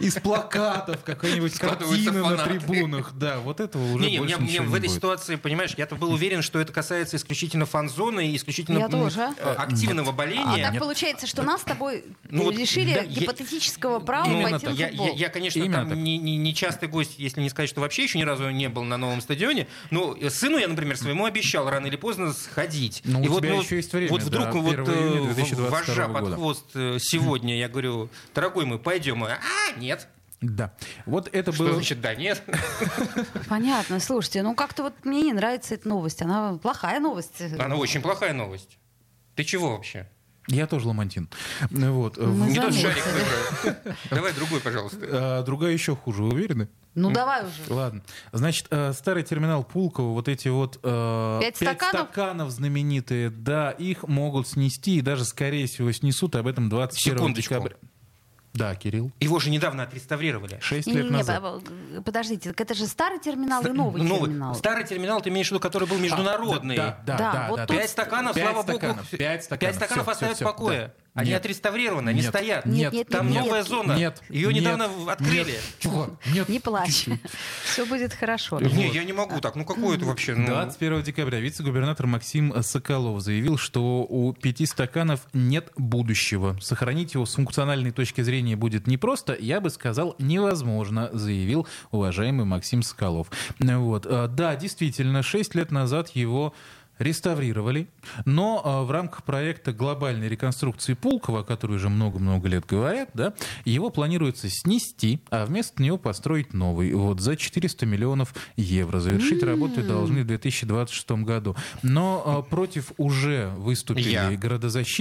D: из плакатов какая-нибудь
C: Складываются
D: картина на
C: фанаты.
D: трибунах. Да, вот этого уже
C: Не, не,
D: больше
C: мне- мне
D: ничего
C: в
D: не
C: этой
D: будет.
C: ситуации, понимаешь, я-то был уверен, что это касается исключительно фан-зоны и исключительно
B: Я
C: м,
B: тоже.
C: э, активного
B: А
C: боления.
B: так получается, что нас с тобой
C: Ну вот,
B: лишили
C: да, я-
B: гипотетического права
D: Именно
B: пойти на
D: так.
C: Я,
B: футбол.
C: я- я, конечно,
D: Именно так.
C: там не, не- не частый гость, если не сказать, что вообще еще ни разу не был на новом стадионе. Но э, сыну я, например, своему обещал рано или поздно сходить.
D: Ну, у
C: и вот,
D: тебя
C: ну,
D: еще есть время
C: Вот
D: до
C: вдруг
D: 1
C: вот
D: июня
C: э,
D: 2022
C: вожжа под
D: года.
C: хвост э, сегодня, я говорю, дорогой мой, пойдем. А, нет.
D: Да. Вот это
C: Что
D: было...
C: значит, да, нет?
B: Понятно, слушайте, ну как-то вот мне не нравится эта новость, она плохая новость.
C: Она очень плохая новость. Ты чего вообще?
D: Я тоже ламантин. Ну Вот.
B: Мы
C: Не тот
B: заметили.
C: шарик выбрал. Давай другой, пожалуйста.
D: А, Другая еще хуже, вы уверены?
B: Ну давай уже.
D: Ладно. Значит, э, старый терминал Пулково, вот эти вот э,
B: Пять стаканов?
D: стаканов знаменитые, да, их могут снести и даже, скорее всего, снесут об этом 21
C: Секундочку.
D: декабря. Да, Кирилл.
C: Его же недавно отреставрировали.
D: 6 лет
B: Не-не-не,
D: назад.
B: по- подождите, так это же старый терминал и новый терминал.
C: Ну, Старый терминал, ты имеешь в виду, который был международный.
D: А, Да, да,
B: Да,
D: да.
B: вот
D: А, да,
B: тут-
D: да.
C: Пять стаканов,
D: Пять
C: слава
D: стаканов,
C: богу.
D: пять стаканов, всё,
C: оставят
D: всё,
C: в
D: всё,
C: покое.
D: да.
C: Они
D: Нет.
C: отреставрированы, они
D: Нет.
C: стоят.
B: Нет, нет,
C: Там
B: нет.
C: новая зона.
D: Нет.
C: Ее
D: нет,
C: недавно в- открыли.
D: Нет, чего? Нет.
B: Не
C: *laughs*
B: плачь, все будет хорошо.
C: Не, я не могу так. Ну какое это вообще? Ну,
D: 21 декабря вице-губернатор Максим э, Соколов заявил, что у пяти стаканов нет будущего. Сохранить его с функциональной точки зрения будет непросто, я бы сказал, невозможно, заявил уважаемый Максим Соколов. Ну Вот. э, Да, действительно, 6 лет назад его реставрировали, но э, в рамках проекта глобальной реконструкции Пулково, о которой уже много-много лет говорят, да, его планируется снести, а вместо него построить новый. Вот за 400 миллионов евро. Завершить работы должны в 2026 году. Но э, против уже выступили
C: Я.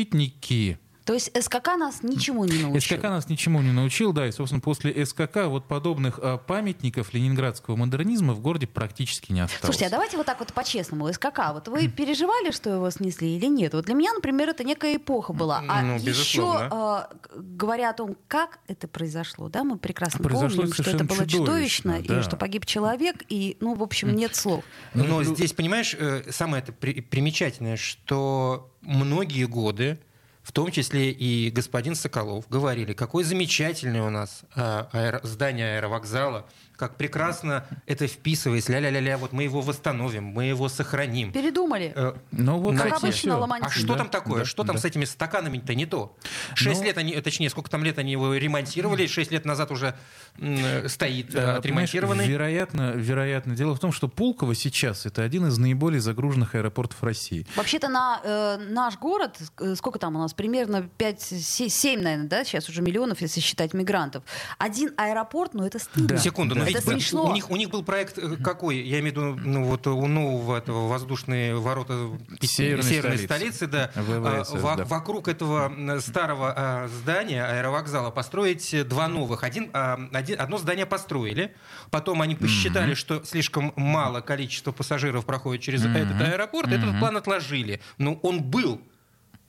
D: городозащитники.
B: То есть СКК нас ничему не научил.
D: СКК нас ничему не научил, да, и, собственно, после СКК вот подобных э, памятников ленинградского модернизма в городе практически не осталось.
B: Слушайте, а давайте вот так вот по-честному, СКК, вот вы переживали, что его снесли или нет? Вот для меня, например, это некая эпоха была. А
C: Ну,
B: еще,
C: безусловно.
B: э, к- говоря о том, как это произошло, да, мы прекрасно
D: Произошло
B: помним, что это
D: совершенно
B: было
D: чудовищно,
B: чудовищно,
D: да.
B: и что погиб человек, и, ну, в общем, нет слов.
C: Но Ну, здесь, понимаешь, э, самое это при- примечательное, что многие годы, в том числе и господин Соколов, говорили, какое замечательное у нас э, аэро- здание аэровокзала, как прекрасно это вписывается, ля-ля-ля-ля, вот мы его восстановим, мы его сохраним.
B: Передумали.
C: Э,
D: Ну вот,
C: Как
D: кстати,
B: обычно,
D: всё.
B: Ломоносов.
C: А что
D: Да,
C: там такое?
D: да,
C: что там
D: да.
C: с этими стаканами-то не то? Шесть
D: Ну-
C: лет они, точнее, сколько там лет они его ремонтировали, шесть лет назад уже м, э, стоит э,
D: Э,
C: отремонтированный.
D: понимаешь, Вероятно, вероятно. Дело в том, что Пулково сейчас это один из наиболее загруженных аэропортов России.
B: Вообще-то на э, наш город, э, сколько там у нас, примерно 5-7, наверное, да, сейчас уже миллионов, если считать мигрантов. Один аэропорт, но это стыдно.
D: Да.
C: Секунду, но
B: Это
C: ведь
B: смешно.
C: У, них, у них был проект э, какой? Я имею в виду, ну вот у нового этого воздушные ворота
D: Северной столицы.
C: столицы, да,
D: ВВС,
C: А, во-
D: да.
C: вокруг этого м, старого а, здания аэровокзала построить э, два новых. Один, а, один- одно здание построили, потом они посчитали, что слишком мало количество пассажиров проходит через этот аэропорт, этот план отложили. Но он был.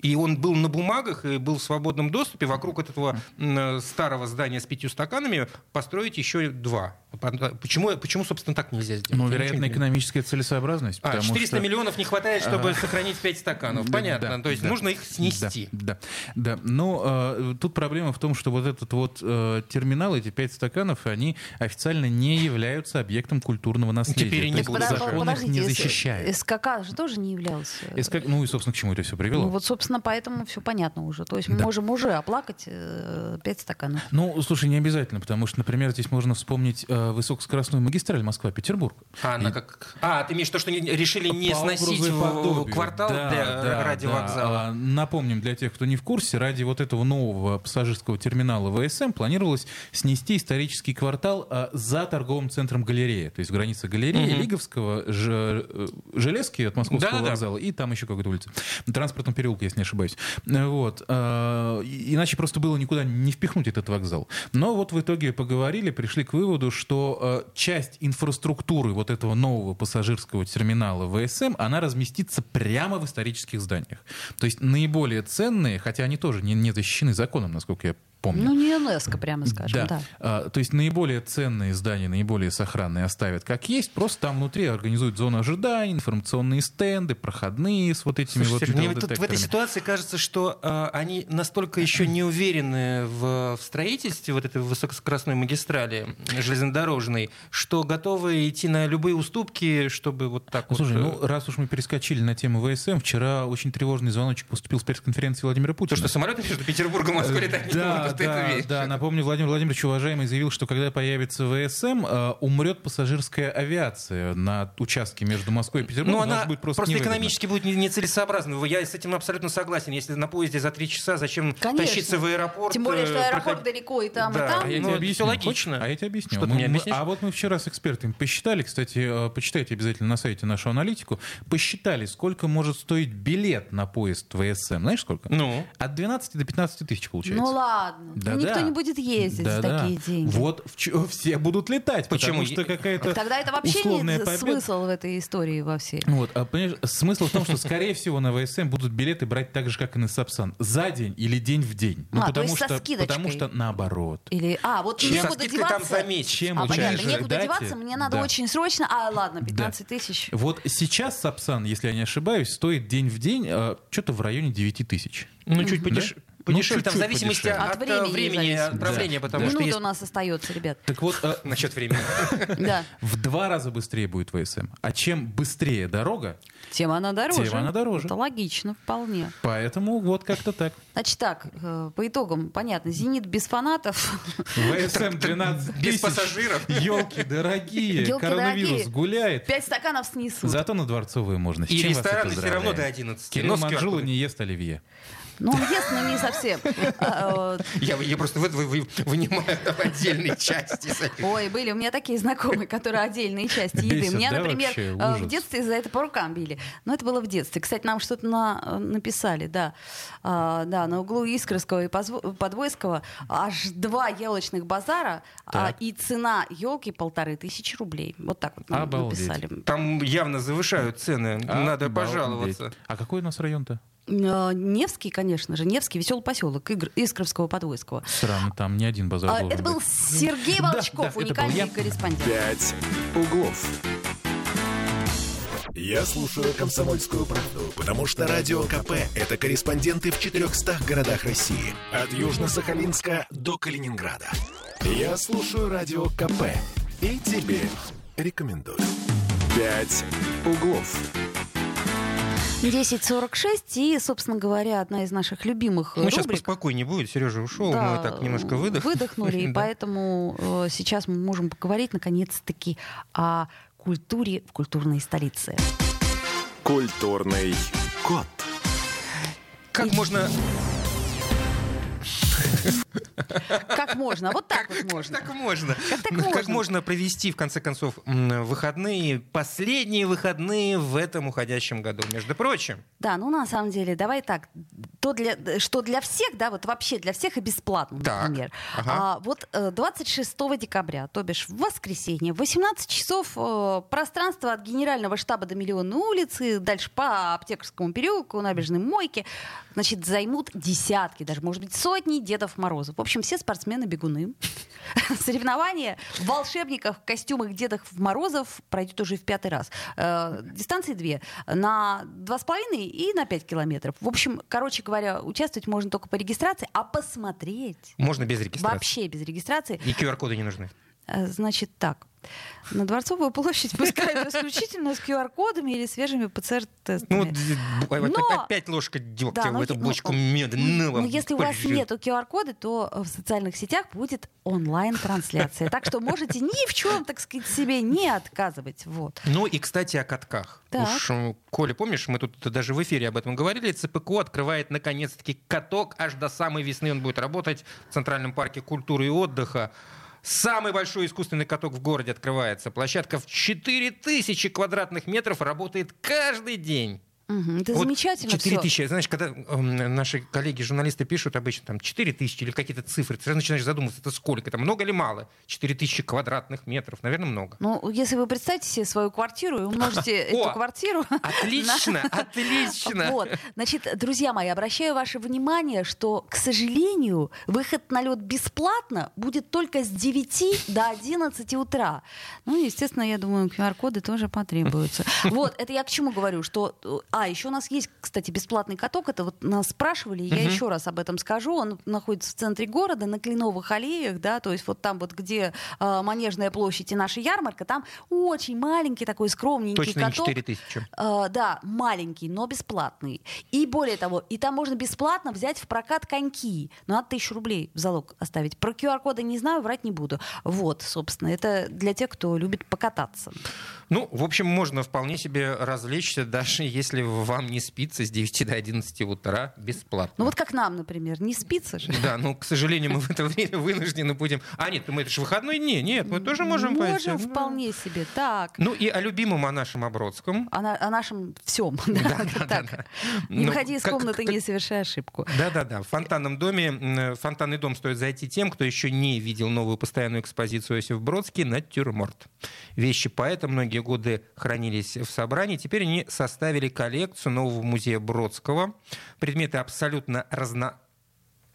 C: И он был на бумагах и был в свободном доступе. Вокруг вот этого м, э, старого здания с пятью стаканами построить еще два. э, Почему, почему собственно, так нельзя сделать?
D: Ну,
C: Я
D: вероятно,
C: ничего не понимаю.
D: экономическая целесообразность.
C: А,
D: потому
C: 400
D: что-
C: миллионов не хватает, чтобы
D: А,
C: сохранить 5 стаканов.
D: Да,
C: Понятно.
D: да,
C: То есть
D: да.
C: нужно их снести.
D: Да, да, да. Но э, тут проблема в том, что вот этот вот э, терминал, эти пять стаканов, они официально не являются объектом культурного наследия.
C: Теперь и не
D: То есть
C: будут.
B: подо-
D: закон их не
B: подождите, С-
D: защищает.
B: СКК же тоже не являлся.
D: СК Ну и, собственно, к чему это все привело?
B: Ну вот, собственно, поэтому все понятно уже. То есть мы
D: Да.
B: можем уже оплакать э, пять стаканов.
D: Ну, слушай, не обязательно, потому что, например, здесь можно вспомнить э, высокоскоростную магистраль Москва-Петербург.
C: А, она как... а, ты имеешь то, что не- решили не
D: По
C: сносить
D: образу и
C: в-
D: подобию.
C: квартал
D: Да,
C: для э,
D: да,
C: ради
D: да.
C: вокзала?
D: А, Напомним для тех, кто не в курсе, ради вот этого нового пассажирского терминала ВСМ планировалось снести исторический квартал а, за торговым центром галереи, то есть в границе галереи
C: Мгм.
D: Лиговского, Ж- э, Железки от Московского
C: Да-да-да.
D: вокзала и там еще какой-то улицы. На транспортном переулке, если не ошибаюсь. Э, Вот. А, и- Иначе просто было никуда не впихнуть этот вокзал. Но вот в итоге поговорили, пришли к выводу, что э, часть инфраструктуры вот этого нового пассажирского терминала ВСМ, она разместится прямо в исторических зданиях. То есть наиболее ценные, хотя они тоже не, не защищены законом, насколько я помню.
B: Ну, не ЮНЕСКО, прямо скажем, да.
D: А, то есть наиболее ценные здания, наиболее сохранные оставят как есть, просто там внутри организуют зону ожидания, информационные стенды, проходные с вот этими
C: Слушай,
D: ну вот
C: Сергей, мне вот тут в этой
D: металлодетекторами.
C: ситуации кажется, что э, они настолько еще не уверены в, в строительстве вот этой высокоскоростной магистрали э, железнодорожной, что готовы идти на любые уступки, чтобы вот так вот...
D: Ну, Слушай,
C: э,
D: ну раз уж мы перескочили на тему ВСМ, вчера очень тревожный звоночек поступил с пресс-конференции Владимира
C: То,
D: Путина. Э,
C: что самолеты между Петербургом и Москвой летать не
D: да,
C: будут, ты это
D: да,
C: веришь?
D: да, напомню, Владимир Владимирович уважаемый заявил, что когда появится ВСМ, э, умрет пассажирская авиация на участке между Москвой и
C: Ну,
D: Петербургом. потому
C: она
D: что будет
C: просто,
D: невыгодно.
C: экономически будет не- нецелесообразна. Я с этим абсолютно согласен. Если на поезде за три часа, зачем
B: Конечно.
C: тащиться в аэропорт?
B: Тем более,
C: э,
B: что аэропорт
C: проходить-
B: далеко и там,
C: Да,
B: и
C: а
B: там.
D: А я
C: Ну,
D: тебе
C: это
D: объясню.
C: всё логично.
D: Хочешь? А я тебе объясню.
C: Что ты мне объяснишь?
D: а вот мы вчера с экспертами посчитали, кстати, э, почитайте обязательно на сайте нашу аналитику, посчитали, сколько может стоить билет на поезд ВСМ. Знаешь, сколько?
C: Ну,
D: От 12 до 15 тысяч получается.
B: Ну ладно.
D: Да,
B: Ну, никто
D: да.
B: не будет ездить за
D: Да-да.
B: такие деньги.
D: Вот в чё- все будут летать.
C: Почему?
D: Потому что какая-то
B: Тогда это вообще
D: условная
B: нет
D: победа.
B: смысл в этой истории во всей.
D: Вот, а понимаешь, смысл в том, что, скорее всего, на ВСМ будут билеты брать так же, как и на Сапсан. За день или день в день. Ну,
B: А, то
D: потому,
B: есть со
D: что,
B: скидочкой.
D: потому что наоборот.
B: Или, а, вот
C: чем со
B: некуда
C: скидкой там
B: деваться.
C: за месяц?
D: Чем
B: а,
D: лучше
B: понятно,
D: же
B: некуда
D: дайте.
B: деваться, мне надо
D: Да.
B: очень срочно. А, ладно, 15 тысяч.
D: Вот сейчас Сапсан, если я не ошибаюсь, стоит день в день что-то в районе 9 тысяч.
C: ну чуть подеш...
D: Да? Ну,
C: подешевле, там, в
D: чуть-чуть
C: зависимости
D: подешевле.
C: от,
B: От
C: э,
B: времени
C: времени
B: зависит. Ну,
C: отправления, потому
B: Минута
C: что есть...
B: у нас остается,
C: *laughs*
B: ребят.
D: Так вот, э,
C: Насчет времени.
B: Да.
D: в два раза быстрее будет ВСМ. А чем быстрее дорога,
B: Тем она дороже.
D: Тем она дороже.
B: Это логично, вполне.
D: поэтому вот как-то так.
B: Значит так, э, по итогам, понятно, «Зенит» без фанатов, *laughs*
D: ВСМ 12 тысяч.
C: Без пассажиров.
D: Елки дорогие,
B: Ёлки
D: коронавирус
B: дорогие.
D: гуляет.
B: пять стаканов снесут.
D: Зато на Дворцовую можно. С
C: И
D: *laughs* чем вас это
C: рестораны все равно
D: поздравляем?
C: до 11.
D: Кирилл
C: Ну, с QR
D: Манжула
C: кодом.
D: не ест оливье.
B: Ну, он ест, но не совсем. А, э,
C: Я, я просто вы- вы- *laughs* вы- вынимаю там отдельные части. *laughs*
B: Ой, были у меня такие знакомые, которые отдельные части
D: Бесит,
B: еды. Меня,
D: да,
B: например,
D: вообще?
B: э, в
D: Ужас.
B: детстве за это по рукам били. Но это было в детстве. Кстати, нам что-то на- э, написали, да. А, Да, на углу Искорского и Позво- Подвойского аж два елочных базара, а,
D: Так.
B: и цена елки полторы тысячи рублей. Вот так вот нам
D: Обалдеть.
B: написали.
C: Там явно завышают цены. Надо
D: А Обалдеть.
C: пожаловаться.
D: А какой у нас район-то?
B: Э, Невский, конечно же, Невский, веселый поселок Игр- Искровского, Подвойского.
D: Странно, там ни один базар
B: А,
D: должен
B: Это был
D: быть.
C: *laughs*
B: Сергей
D: Да,
B: Волчков,
D: да, это был я.
B: уникальный корреспондент.
A: Пять углов. Я слушаю «Комсомольскую правду», потому что «Радио КП» — это корреспонденты в 400 городах России. От Южно-Сахалинска до Калининграда. Я слушаю «Радио КП» и тебе рекомендую. «Пять углов».
B: 10.46, и, собственно говоря, одна из наших любимых э,
C: Ну,
B: рубрик.
C: сейчас поспокойнее будет. Сережа ушел,
B: Да,
C: мы так немножко выдохнули.
B: Выдохнули, и
C: *laughs* Да.
B: поэтому э, сейчас мы можем поговорить, наконец-таки, о культуре в культурной столице.
A: Культурный код.
C: Как можно...
B: Как можно? Вот так вот можно.
C: Как можно?
B: Как так
C: Ну, Как
B: можно?
C: можно провести, в конце концов, м, выходные, последние выходные в этом уходящем году, между прочим?
B: Да, ну на самом деле, давай так, что для, что для всех, да, вот вообще для всех и бесплатно,
C: Так,
B: например.
C: ага.
B: А, вот э, 26 декабря, то бишь в воскресенье, в 18 часов э, пространство от Генерального штаба до Миллионной улицы, дальше по Аптекарскому переулку, набережной Мойке, значит, займут десятки, даже, может быть, сотни Дедов Морозов. В общем, все спортсмены-бегуны. *laughs* Соревнования волшебников в костюмах Дедов Морозов пройдет уже в пятый раз. Э, Дистанции две. На 2,5 и на 5 километров. В общем, короче говоря, участвовать можно только по регистрации, а посмотреть
C: Можно без регистрации.
B: вообще без регистрации.
C: И QR-коды не нужны.
B: Э, Значит так, на Дворцовую площадь
C: *laughs*
B: пускают исключительно с QR-кодами или свежими
C: Ну,
B: ПЦР-тестами.
C: вот, э, вот
B: Но-
C: опять ложка дегтя
B: Да,
C: в
B: ну,
C: эту
B: ну,
C: бочку
B: ну,
C: меда. На
B: Ну,
C: вам,
B: если у вас нет
C: пожрёт.
B: QR-кода, то э, в социальных сетях будет онлайн-трансляция. Так что можете ни в чем, так сказать, себе не отказывать. Вот.
C: Ну и, кстати, о катках.
B: Так.
C: Уж, м, Коля, помнишь, мы тут даже в эфире об этом говорили, ЦПКО открывает наконец-таки каток, аж до самой весны он будет работать в Центральном парке культуры и отдыха. Самый большой искусственный каток в городе открывается. Площадка в 4000 квадратных метров работает каждый день.
B: Мгм. Это
C: Вот
B: замечательно.
C: 4
B: всё.
C: тысячи. Знаешь, когда эм, наши коллеги-журналисты пишут обычно там 4 тысячи или какие-то цифры, ты сразу начинаешь задумываться, это сколько, это много или мало? 4 тысячи квадратных метров, наверное, много.
B: Ну, если вы представите себе свою квартиру и
C: *laughs*
B: умножите
C: О!
B: эту квартиру
C: Отлично, отлично.
B: Вот. Значит, друзья мои, обращаю ваше внимание, что, к сожалению, выход на лед бесплатно будет только с 9 до 11 утра. Ну, естественно, я думаю, QR-коды тоже
C: *laughs*
B: потребуются. Вот, это я к чему говорю, что... э, А, еще у нас есть, кстати, бесплатный каток, это вот нас спрашивали, я
C: Мгм.
B: еще раз об этом скажу, он находится в центре города, на Кленовых аллеях, да, то есть вот там вот, где э, Манежная площадь и наша ярмарка, там очень маленький такой скромненький
C: Точно не
B: каток.
C: 4 тысячи.
B: Э, да, маленький, но бесплатный. И более того, и там можно бесплатно взять в прокат коньки. Но надо тысячу рублей в залог оставить. Про QR-коды не знаю, врать не буду. Вот, собственно, это для тех, кто любит покататься.
C: Ну, в общем, можно вполне себе развлечься, даже если вам не спится с 9 до 11 утра бесплатно.
B: Ну вот как нам, например, не спится же.
C: Да, но, к сожалению, мы в это время вынуждены будем... А, нет, мы это же выходной дни. Нет, мы тоже можем пойти.
B: Можем вполне себе, так.
C: Ну и о любимом о нашем Обродском.
B: О, на- о нашем всем. *laughs* Да, так. Не
C: Ну,
B: выходи из
C: как-
B: комнаты,
C: как-
B: не совершай ошибку.
C: Да-да-да, в фонтанном доме, м, в фонтанный дом стоит зайти тем, кто еще не видел новую постоянную экспозицию Осип Бродский «Натюрморт». Вещи поэта многие годы хранились в собрании, теперь они составили коллекцию нового музея Бродского. Предметы абсолютно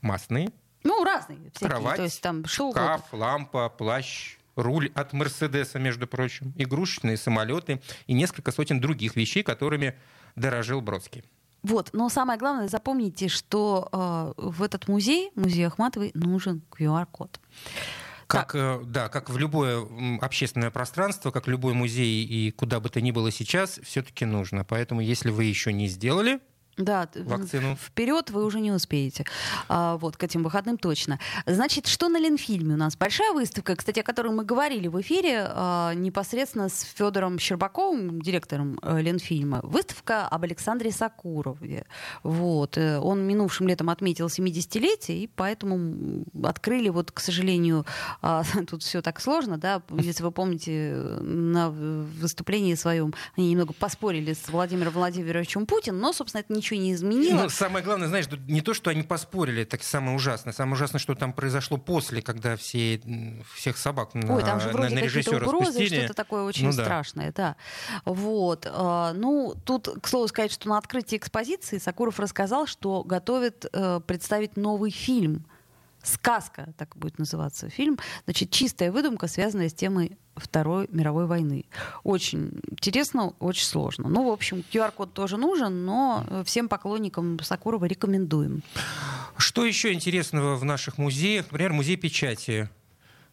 C: разномастные.
B: Ну, разные всякие.
C: Кровать,
B: То есть там что угодно.
C: Шкаф, лампа, плащ, руль от Мерседеса, между прочим, игрушечные самолеты и несколько сотен других вещей, которыми дорожил Бродский.
B: Вот, но самое главное, запомните, что э, в этот музей, музей Ахматовой, нужен QR-код.
C: Как, э, да, как в любое м, общественное пространство, как любой музей и куда бы то ни было сейчас, все-таки нужно. Поэтому, если вы еще не сделали
B: Да, т-
C: вакцину,
B: вперед вы уже не успеете. А, вот, к этим выходным точно. Значит, что на Ленфильме у нас? Большая выставка, кстати, о которой мы говорили в эфире а, непосредственно с Федором Щербаковым, директором э, Ленфильма. Выставка об Александре Сакурове. Вот. э, Он минувшим летом отметил 70-летие, и поэтому м, открыли, вот, к сожалению, а, *laughs* тут все так сложно, да, если вы помните, на выступлении своем они немного поспорили с Владимиром Владимировичем Путиным, но, собственно, это ничего не изменило.
C: Ну, самое главное, знаешь, тут не то, что они поспорили, так самое ужасное. Самое ужасное, что там произошло после, когда все, м, всех собак на,
B: Ой, там же
C: на-
B: вроде
C: на
B: какие-то
C: режиссера
B: угрозы,
C: спустили.
B: что-то такое очень
C: Ну да.
B: страшное, да. Вот. а, Ну, тут, к слову сказать, что на открытии экспозиции Сакуров рассказал, что готовит э, представить новый фильм. Сказка, так будет называться фильм. Значит, чистая выдумка, связанная с темой Второй мировой войны. Очень интересно, очень сложно. Ну, в общем, QR-код тоже нужен, но э, всем поклонникам Сакурова рекомендуем.
C: Что еще интересного в наших музеях? Например, музей печати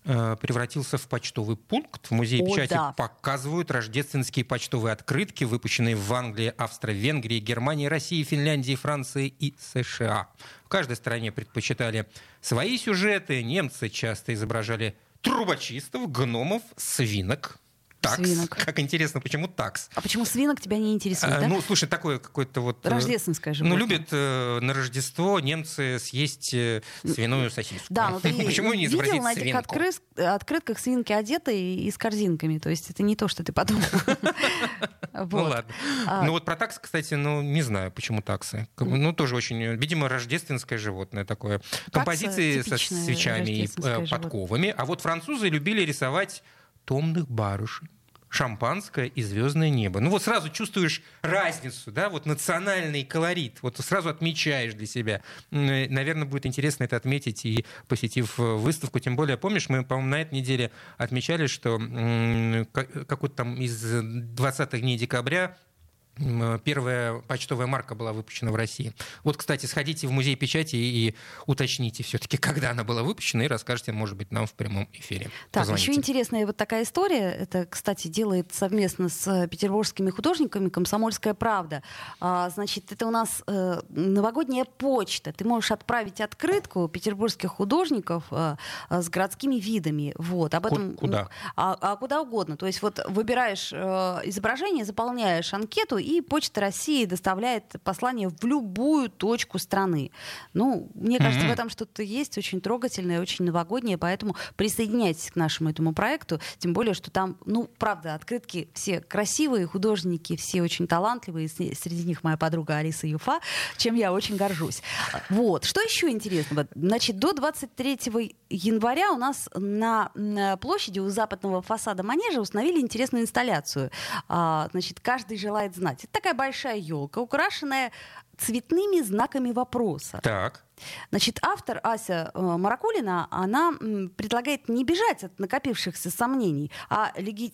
C: э, превратился в почтовый пункт. В музее
B: О,
C: печати
B: да.
C: показывают рождественские почтовые открытки, выпущенные в Англии, Австро-Венгрии, Германии, России, Финляндии, Франции и США. В каждой стране предпочитали свои сюжеты. Немцы часто изображали трубочистов, гномов, свинок. такс.
B: свинок.
C: Как интересно, почему такс?
B: А почему свинок тебя не интересует,
C: А,
B: да?
C: Ну, слушай, такое какое-то вот... э,
B: Рождественское
C: Ну,
B: животное.
C: любят э, на Рождество немцы съесть э, свиную сосиску.
B: Да,
C: *laughs*
B: но ты
C: Ну, Почему не
B: видел
C: изобразить
B: на этих
C: свинку?
B: открыс- открытках свинки одеты и, и с корзинками. То есть это не то, что ты подумал.
C: *laughs* Ну
B: Вот.
C: ладно.
B: А,
C: Ну вот про таксы, кстати, ну не знаю, почему таксы. Как бы, Ну тоже очень, э, видимо, рождественское животное такое. Композиции со
B: типичное
C: свечами и
B: рождественское
C: э,
B: животное.
C: подковами. А вот французы любили рисовать томных барышень. Шампанское и звездное небо. Ну вот сразу чувствуешь разницу, да, вот национальный колорит. Вот сразу отмечаешь для себя. М, э, Наверное, будет интересно это отметить и посетив э, выставку. Тем более, помнишь, мы, по-моему, на этой неделе отмечали, что м, как- какой-то там из э, 20-х дней декабря М, э, Первая почтовая марка была выпущена в России. Вот, кстати, сходите в музей печати и, и уточните все-таки, *laughs* когда она была выпущена, и расскажите, может быть, нам в прямом эфире.
B: Так,
C: Позвоните.
B: еще интересная вот такая история. Это, кстати, делает совместно с э, петербургскими художниками «Комсомольская правда». А, значит, это у нас э, новогодняя почта. Ты можешь отправить открытку петербургских художников э, э, с городскими видами. Вот. Об
C: Ку-
B: этом,
C: куда?
B: А, а куда угодно. То есть вот выбираешь э, изображение, заполняешь анкету, и Почта России доставляет послание в любую точку страны. Ну, мне кажется,
C: Мгм.
B: в этом что-то есть очень трогательное, очень новогоднее, поэтому присоединяйтесь к нашему этому проекту, тем более, что там, ну, правда, открытки все красивые, художники все очень талантливые, с- среди них моя подруга Алиса Юфа, чем я очень горжусь. Вот, что еще интересного? Значит, до 23 января у нас на м, площади у западного фасада манежа установили интересную инсталляцию. А, значит, каждый желает знать. Это такая большая елка, украшенная цветными знаками вопроса.
C: Так,
B: Значит, автор Ася э, Маракулина, она м, предлагает не бежать от накопившихся сомнений, а леги-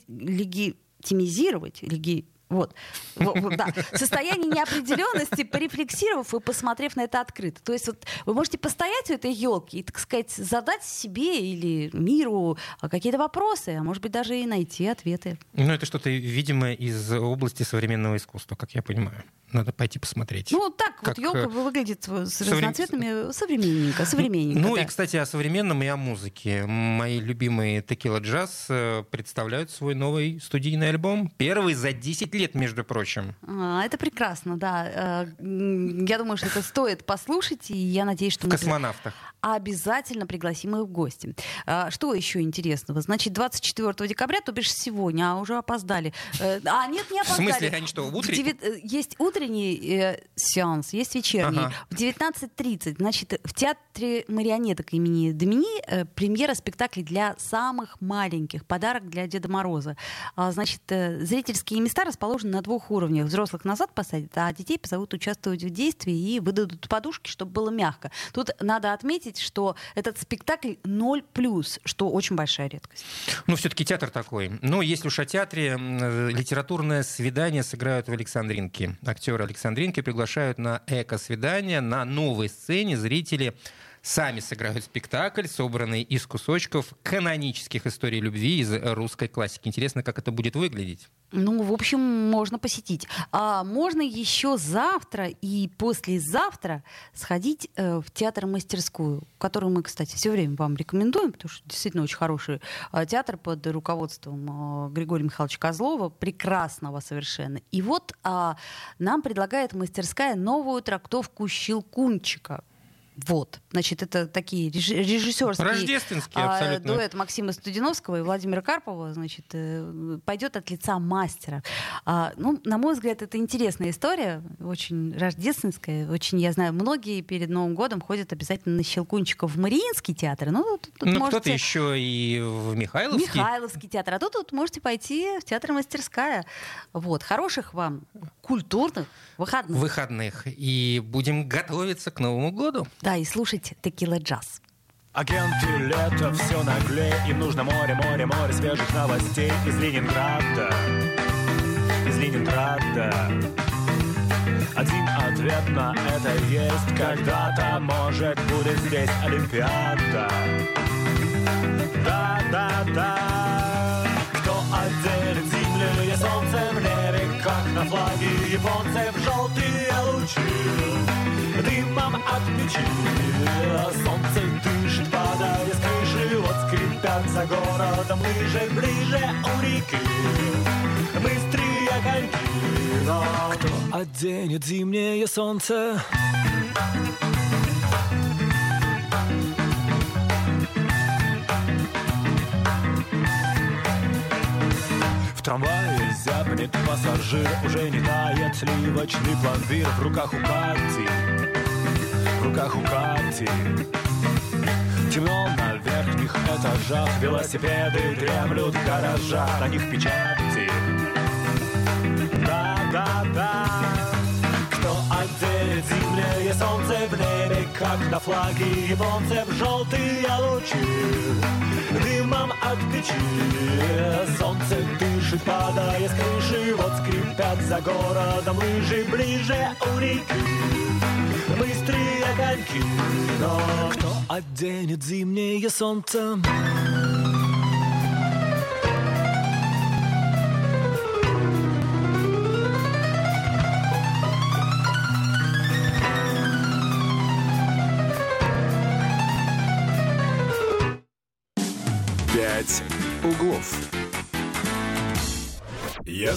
B: легитимизировать, леги- вот, Во- во- да, состояние неопределенности, порефлексировав и посмотрев на это открыто. То есть вот вы можете постоять у этой елки и, так сказать, задать себе или миру а, какие-то вопросы, а может быть даже и найти ответы.
C: ну это что-то, видимо, из области современного искусства, как я понимаю. Надо пойти посмотреть.
B: Ну вот так
C: Как,
B: вот елка
C: э,
B: выглядит э, с
C: соврем-
B: разноцветными современника, современника.
C: Ну
B: да.
C: и, кстати, о современном и о музыке. Мои любимые Текила Джаз э, представляют свой новый студийный альбом. Первый за 10 лет, между прочим.
B: А, Это прекрасно, да. Э, м, Я думаю, что это стоит послушать, и я надеюсь, что
C: В
B: мы
C: космонавтах.
B: обязательно пригласим их в гости. А, Что еще интересного? Значит, 24 декабря, то бишь сегодня, а уже опоздали. Э, А, нет, не
C: В
B: опоздали.
C: смысле, они что,
B: В
C: утренние?
B: девят- э, Есть утренний э, сеанс, есть вечерний.
C: Ага.
B: В 19.30, значит, в Театре марионеток имени Домини э, премьера спектаклей для самых маленьких. Подарок для Деда Мороза. А, Значит, э, зрительские места расположены на двух уровнях. Взрослых назад посадят, а детей позовут участвовать в действии и выдадут подушки, чтобы было мягко. Тут надо отметить, что этот спектакль 0+, что очень большая редкость.
C: Ну, все-таки театр такой. Ну, если уж о театре, м, э, литературное свидание сыграют в Александринке. Актеры Александринки приглашают на эко-свидание. На новой сцене зрители сами сыграют спектакль, собранный из кусочков канонических историй любви из э, русской классики. Интересно, как это будет выглядеть.
B: Ну, в общем, можно посетить. А можно еще завтра и послезавтра сходить э, в театр-мастерскую, которую мы, кстати, все время вам рекомендуем, потому что действительно очень хороший э, театр под руководством э, Григория Михайловича Козлова, прекрасного совершенно. И вот а, нам предлагает мастерская новую трактовку «Щелкунчика». Вот, значит, это такие реж- режиссерские
C: Рождественский
B: а,
C: абсолютно.
B: дуэт Максима Студиновского и Владимира Карпова, значит, э, пойдет от лица мастера. А, ну, на мой взгляд, это интересная история, очень рождественская, очень, я знаю, многие перед Новым годом ходят обязательно на Щелкунчика в Мариинский театр. Ну, тут, тут
C: ну,
B: можете-
C: кто-то еще и в Михайловске.
B: Михайловский театр. А тут вот можете пойти в театр «Мастерская». Вот. Хороших вам культурных выходных.
C: выходных. И будем готовиться к Новому году.
B: Да, и слушайте «Текила джаз».
E: Агенты лето все наглее Им нужно море, море, море свежих новостей Из Ленинграда Из Ленинграда Один ответ на это есть Когда-то, может, будет здесь Олимпиада Да-да-да Кто отделит землю и солнце в небе Как на флаге японцев Желтые лучи Дымом от печи Солнце дышит, падая с крыши Вот скрипят за за городом ближе, ближе у реки Быстрые огоньки но Кто оденет зимнее солнце? В трамвае зябнет пассажир Уже не тает сливочный пломбир В руках у Кати В руках у Кати Темно на верхних этажах Велосипеды дремлют в гаражах На них печати Да-да-да Кто оденет зимнее солнце в небе Как на флаге японцев Желтые лучи Дымом от печи Солнце дышит, падая с крыши Вот скрипят за городом лыжи Ближе у реки Быстрые огоньки Но кто оденет зимнее солнце?
A: «Пять углов». Я